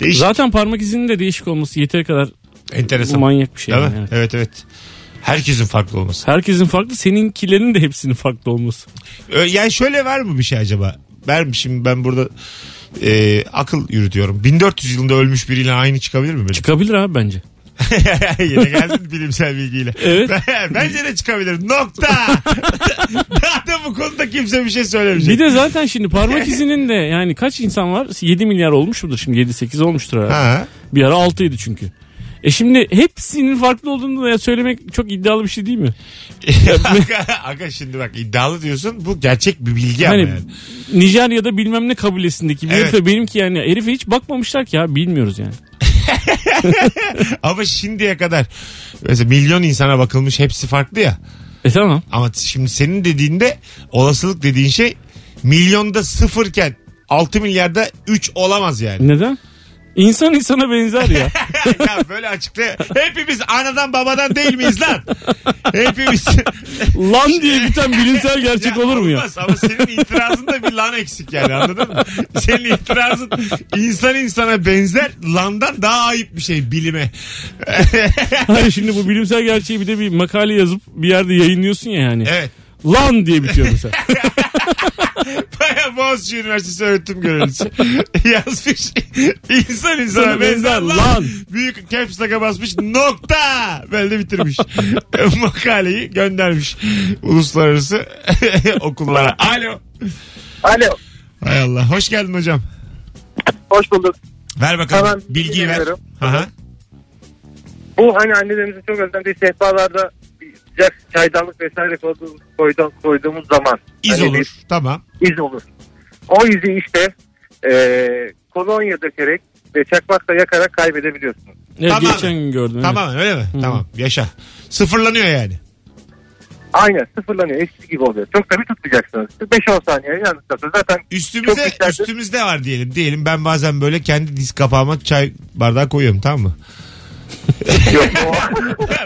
[SPEAKER 2] Değişik.
[SPEAKER 3] Zaten parmak izinin de değişik olması yeteri kadar
[SPEAKER 2] Enteresan.
[SPEAKER 3] Bu manyak bir şey
[SPEAKER 2] Değil
[SPEAKER 3] yani,
[SPEAKER 2] mi?
[SPEAKER 3] evet.
[SPEAKER 2] Evet evet. Herkesin farklı olması.
[SPEAKER 3] herkesin farklı seninkilerin de hepsinin farklı olması.
[SPEAKER 2] Ö- Yani şöyle var mı bir şey acaba? Vermişim ben burada e, akıl yürütüyorum. 1400 yılında ölmüş biriyle aynı çıkabilir mi? Benim?
[SPEAKER 3] Çıkabilir abi bence.
[SPEAKER 2] Yine geldin bilimsel bilgiyle.
[SPEAKER 3] Evet.
[SPEAKER 2] Bence de çıkabilir. Nokta. Daha da bu konuda kimse bir şey söylemeyecek.
[SPEAKER 3] Bir de zaten şimdi parmak izinin de yani kaç insan var? 7 milyar olmuş mudur şimdi? 7-8 olmuştur herhalde.
[SPEAKER 2] Ha.
[SPEAKER 3] Bir ara 6'ydı çünkü. E şimdi hepsinin farklı olduğunu da söylemek çok iddialı bir şey değil mi?
[SPEAKER 2] Aga- Aga şimdi bak iddialı diyorsun. Bu gerçek bir bilgi
[SPEAKER 3] Yani,
[SPEAKER 2] ama yani.
[SPEAKER 3] Nijerya'da bilmem ne kabilesindeki bir
[SPEAKER 2] Evet.
[SPEAKER 3] herife benimki yani herife hiç bakmamışlar ki ya bilmiyoruz yani.
[SPEAKER 2] Ama şimdiye kadar mesela milyon insana bakılmış hepsi farklı ya.
[SPEAKER 3] E tamam.
[SPEAKER 2] Ama şimdi senin dediğinde olasılık dediğin şey milyonda sıfırken 6 milyarda 3 olamaz yani.
[SPEAKER 3] Neden? İnsan insana benzer ya.
[SPEAKER 2] ya böyle açıkla. Hepimiz anadan babadan değil miyiz lan? Hepimiz.
[SPEAKER 3] Lan diye biten bilimsel gerçek
[SPEAKER 2] Ya
[SPEAKER 3] olur mu ya?
[SPEAKER 2] olmaz ama senin itirazında bir lan eksik yani anladın mı? Senin itirazın insan insana benzer landan daha ayıp bir şey bilime.
[SPEAKER 3] Hayır şimdi bu bilimsel gerçeği bir de bir makale yazıp bir yerde yayınlıyorsun ya yani.
[SPEAKER 2] Evet.
[SPEAKER 3] Lan diye bitiyor mesela.
[SPEAKER 2] Baya Boğaziçi Üniversitesi öğretim görevlisi yazmış. İnsan insana
[SPEAKER 3] Sana
[SPEAKER 2] benzer
[SPEAKER 3] benzer
[SPEAKER 2] lan.
[SPEAKER 3] lan.
[SPEAKER 2] Büyük caps lock'a basmış nokta. Böyle bitirmiş. Makaleyi göndermiş uluslararası okullara. Alo.
[SPEAKER 15] Alo.
[SPEAKER 2] Hay Allah. Hoş geldin hocam.
[SPEAKER 15] Hoş bulduk.
[SPEAKER 2] Ver bakalım.
[SPEAKER 15] Tamam,
[SPEAKER 2] Bilgiyi ver.
[SPEAKER 15] veriyorum.
[SPEAKER 2] Aha.
[SPEAKER 15] Bu hani annelerimizin çok özlendiği sehpalarda bir sıcak çaydanlık vesaire koyduğumuz, koyduğumuz, koyduğumuz zaman
[SPEAKER 2] İz
[SPEAKER 15] Hani
[SPEAKER 2] olur. Tamam.
[SPEAKER 15] iz olur. O izi işte e, kolonya dökerek ve çakmakla yakarak kaybedebiliyorsunuz.
[SPEAKER 3] Evet,
[SPEAKER 2] Tamam.
[SPEAKER 3] Geçen gün gördüm. evet.
[SPEAKER 2] Tamam öyle mi? Tamam. Yaşa. Sıfırlanıyor yani.
[SPEAKER 15] Aynen sıfırlanıyor eski gibi oluyor. Çok tabii tutmayacaksınız. 5-10 saniye yanlışlarsa zaten Çok
[SPEAKER 2] Üstümüze
[SPEAKER 15] güzel.
[SPEAKER 2] üstümüzde var diyelim. Diyelim ben bazen böyle kendi diz kapağıma çay bardağı koyuyorum tamam mı?
[SPEAKER 15] yok.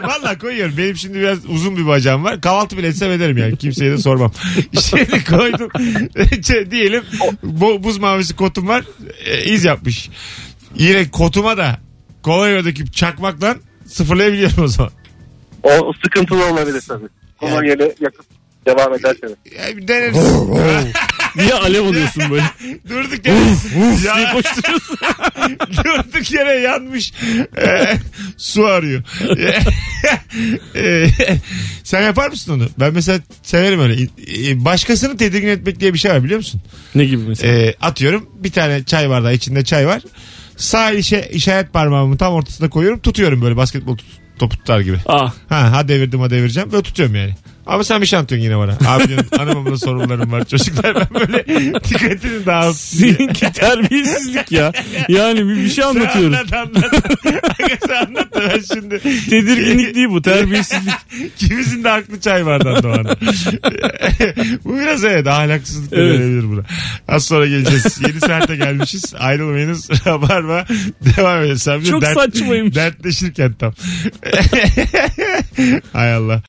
[SPEAKER 2] Valla koyuyorum. Benim şimdi biraz uzun bir bacağım var. Kahvaltı bile etsem ederim yani. Kimseye de sormam. Şimdi koydum. Şey, diyelim bu- buz mavisi kotum var. E, iz yapmış. Yine kotuma da kolonya döküp çakmakla sıfırlayabiliyorum o zaman.
[SPEAKER 15] o sıkıntılı olabilir tabii. Kolonyayla yakıp devam ederseniz.
[SPEAKER 2] Yani bir deneriz.
[SPEAKER 3] Niye alev alıyorsun böyle?
[SPEAKER 2] Durduk yere.
[SPEAKER 3] Uf
[SPEAKER 2] Ya.
[SPEAKER 3] diye koşturuyorsun.
[SPEAKER 2] Durduk yere yanmış. Ee, su arıyor. Ee, sen yapar mısın onu? Ben mesela severim öyle. Ee, Başkasını tedirgin etmek diye bir şey var biliyor musun?
[SPEAKER 3] ne gibi mesela?
[SPEAKER 2] Ee, atıyorum bir tane çay bardağı içinde çay var. Sağ işe, işaret parmağımı tam ortasına koyuyorum. Tutuyorum böyle basketbol tut- topu tutar gibi.
[SPEAKER 3] Aa,
[SPEAKER 2] Ha, ha devirdim ha devireceğim. Böyle tutuyorum yani. Ama sen bir şantiyon yine bana. Abi diyorum anamın da sorunlarım var. Çocuklar ben böyle dikkatini dağıtsın diye.
[SPEAKER 3] seninki terbiyesizlik ya. Yani bir, bir şey anlatıyoruz.
[SPEAKER 2] Sen anlat anlat. Aga sen anlat da ben şimdi.
[SPEAKER 3] Tedirginlik değil bu terbiyesizlik.
[SPEAKER 2] Kimisinin de aklı çay bardan doğan. bu biraz evet ahlaksızlık da
[SPEAKER 3] Evet.
[SPEAKER 2] verebilir buna. Az sonra geleceğiz. Yeni saate gelmişiz. Ayrılmayınız. Rabarba devam edeceğiz. Sen bir
[SPEAKER 3] Çok saçmaymış.
[SPEAKER 2] Dertleşirken tam. Hay Allah.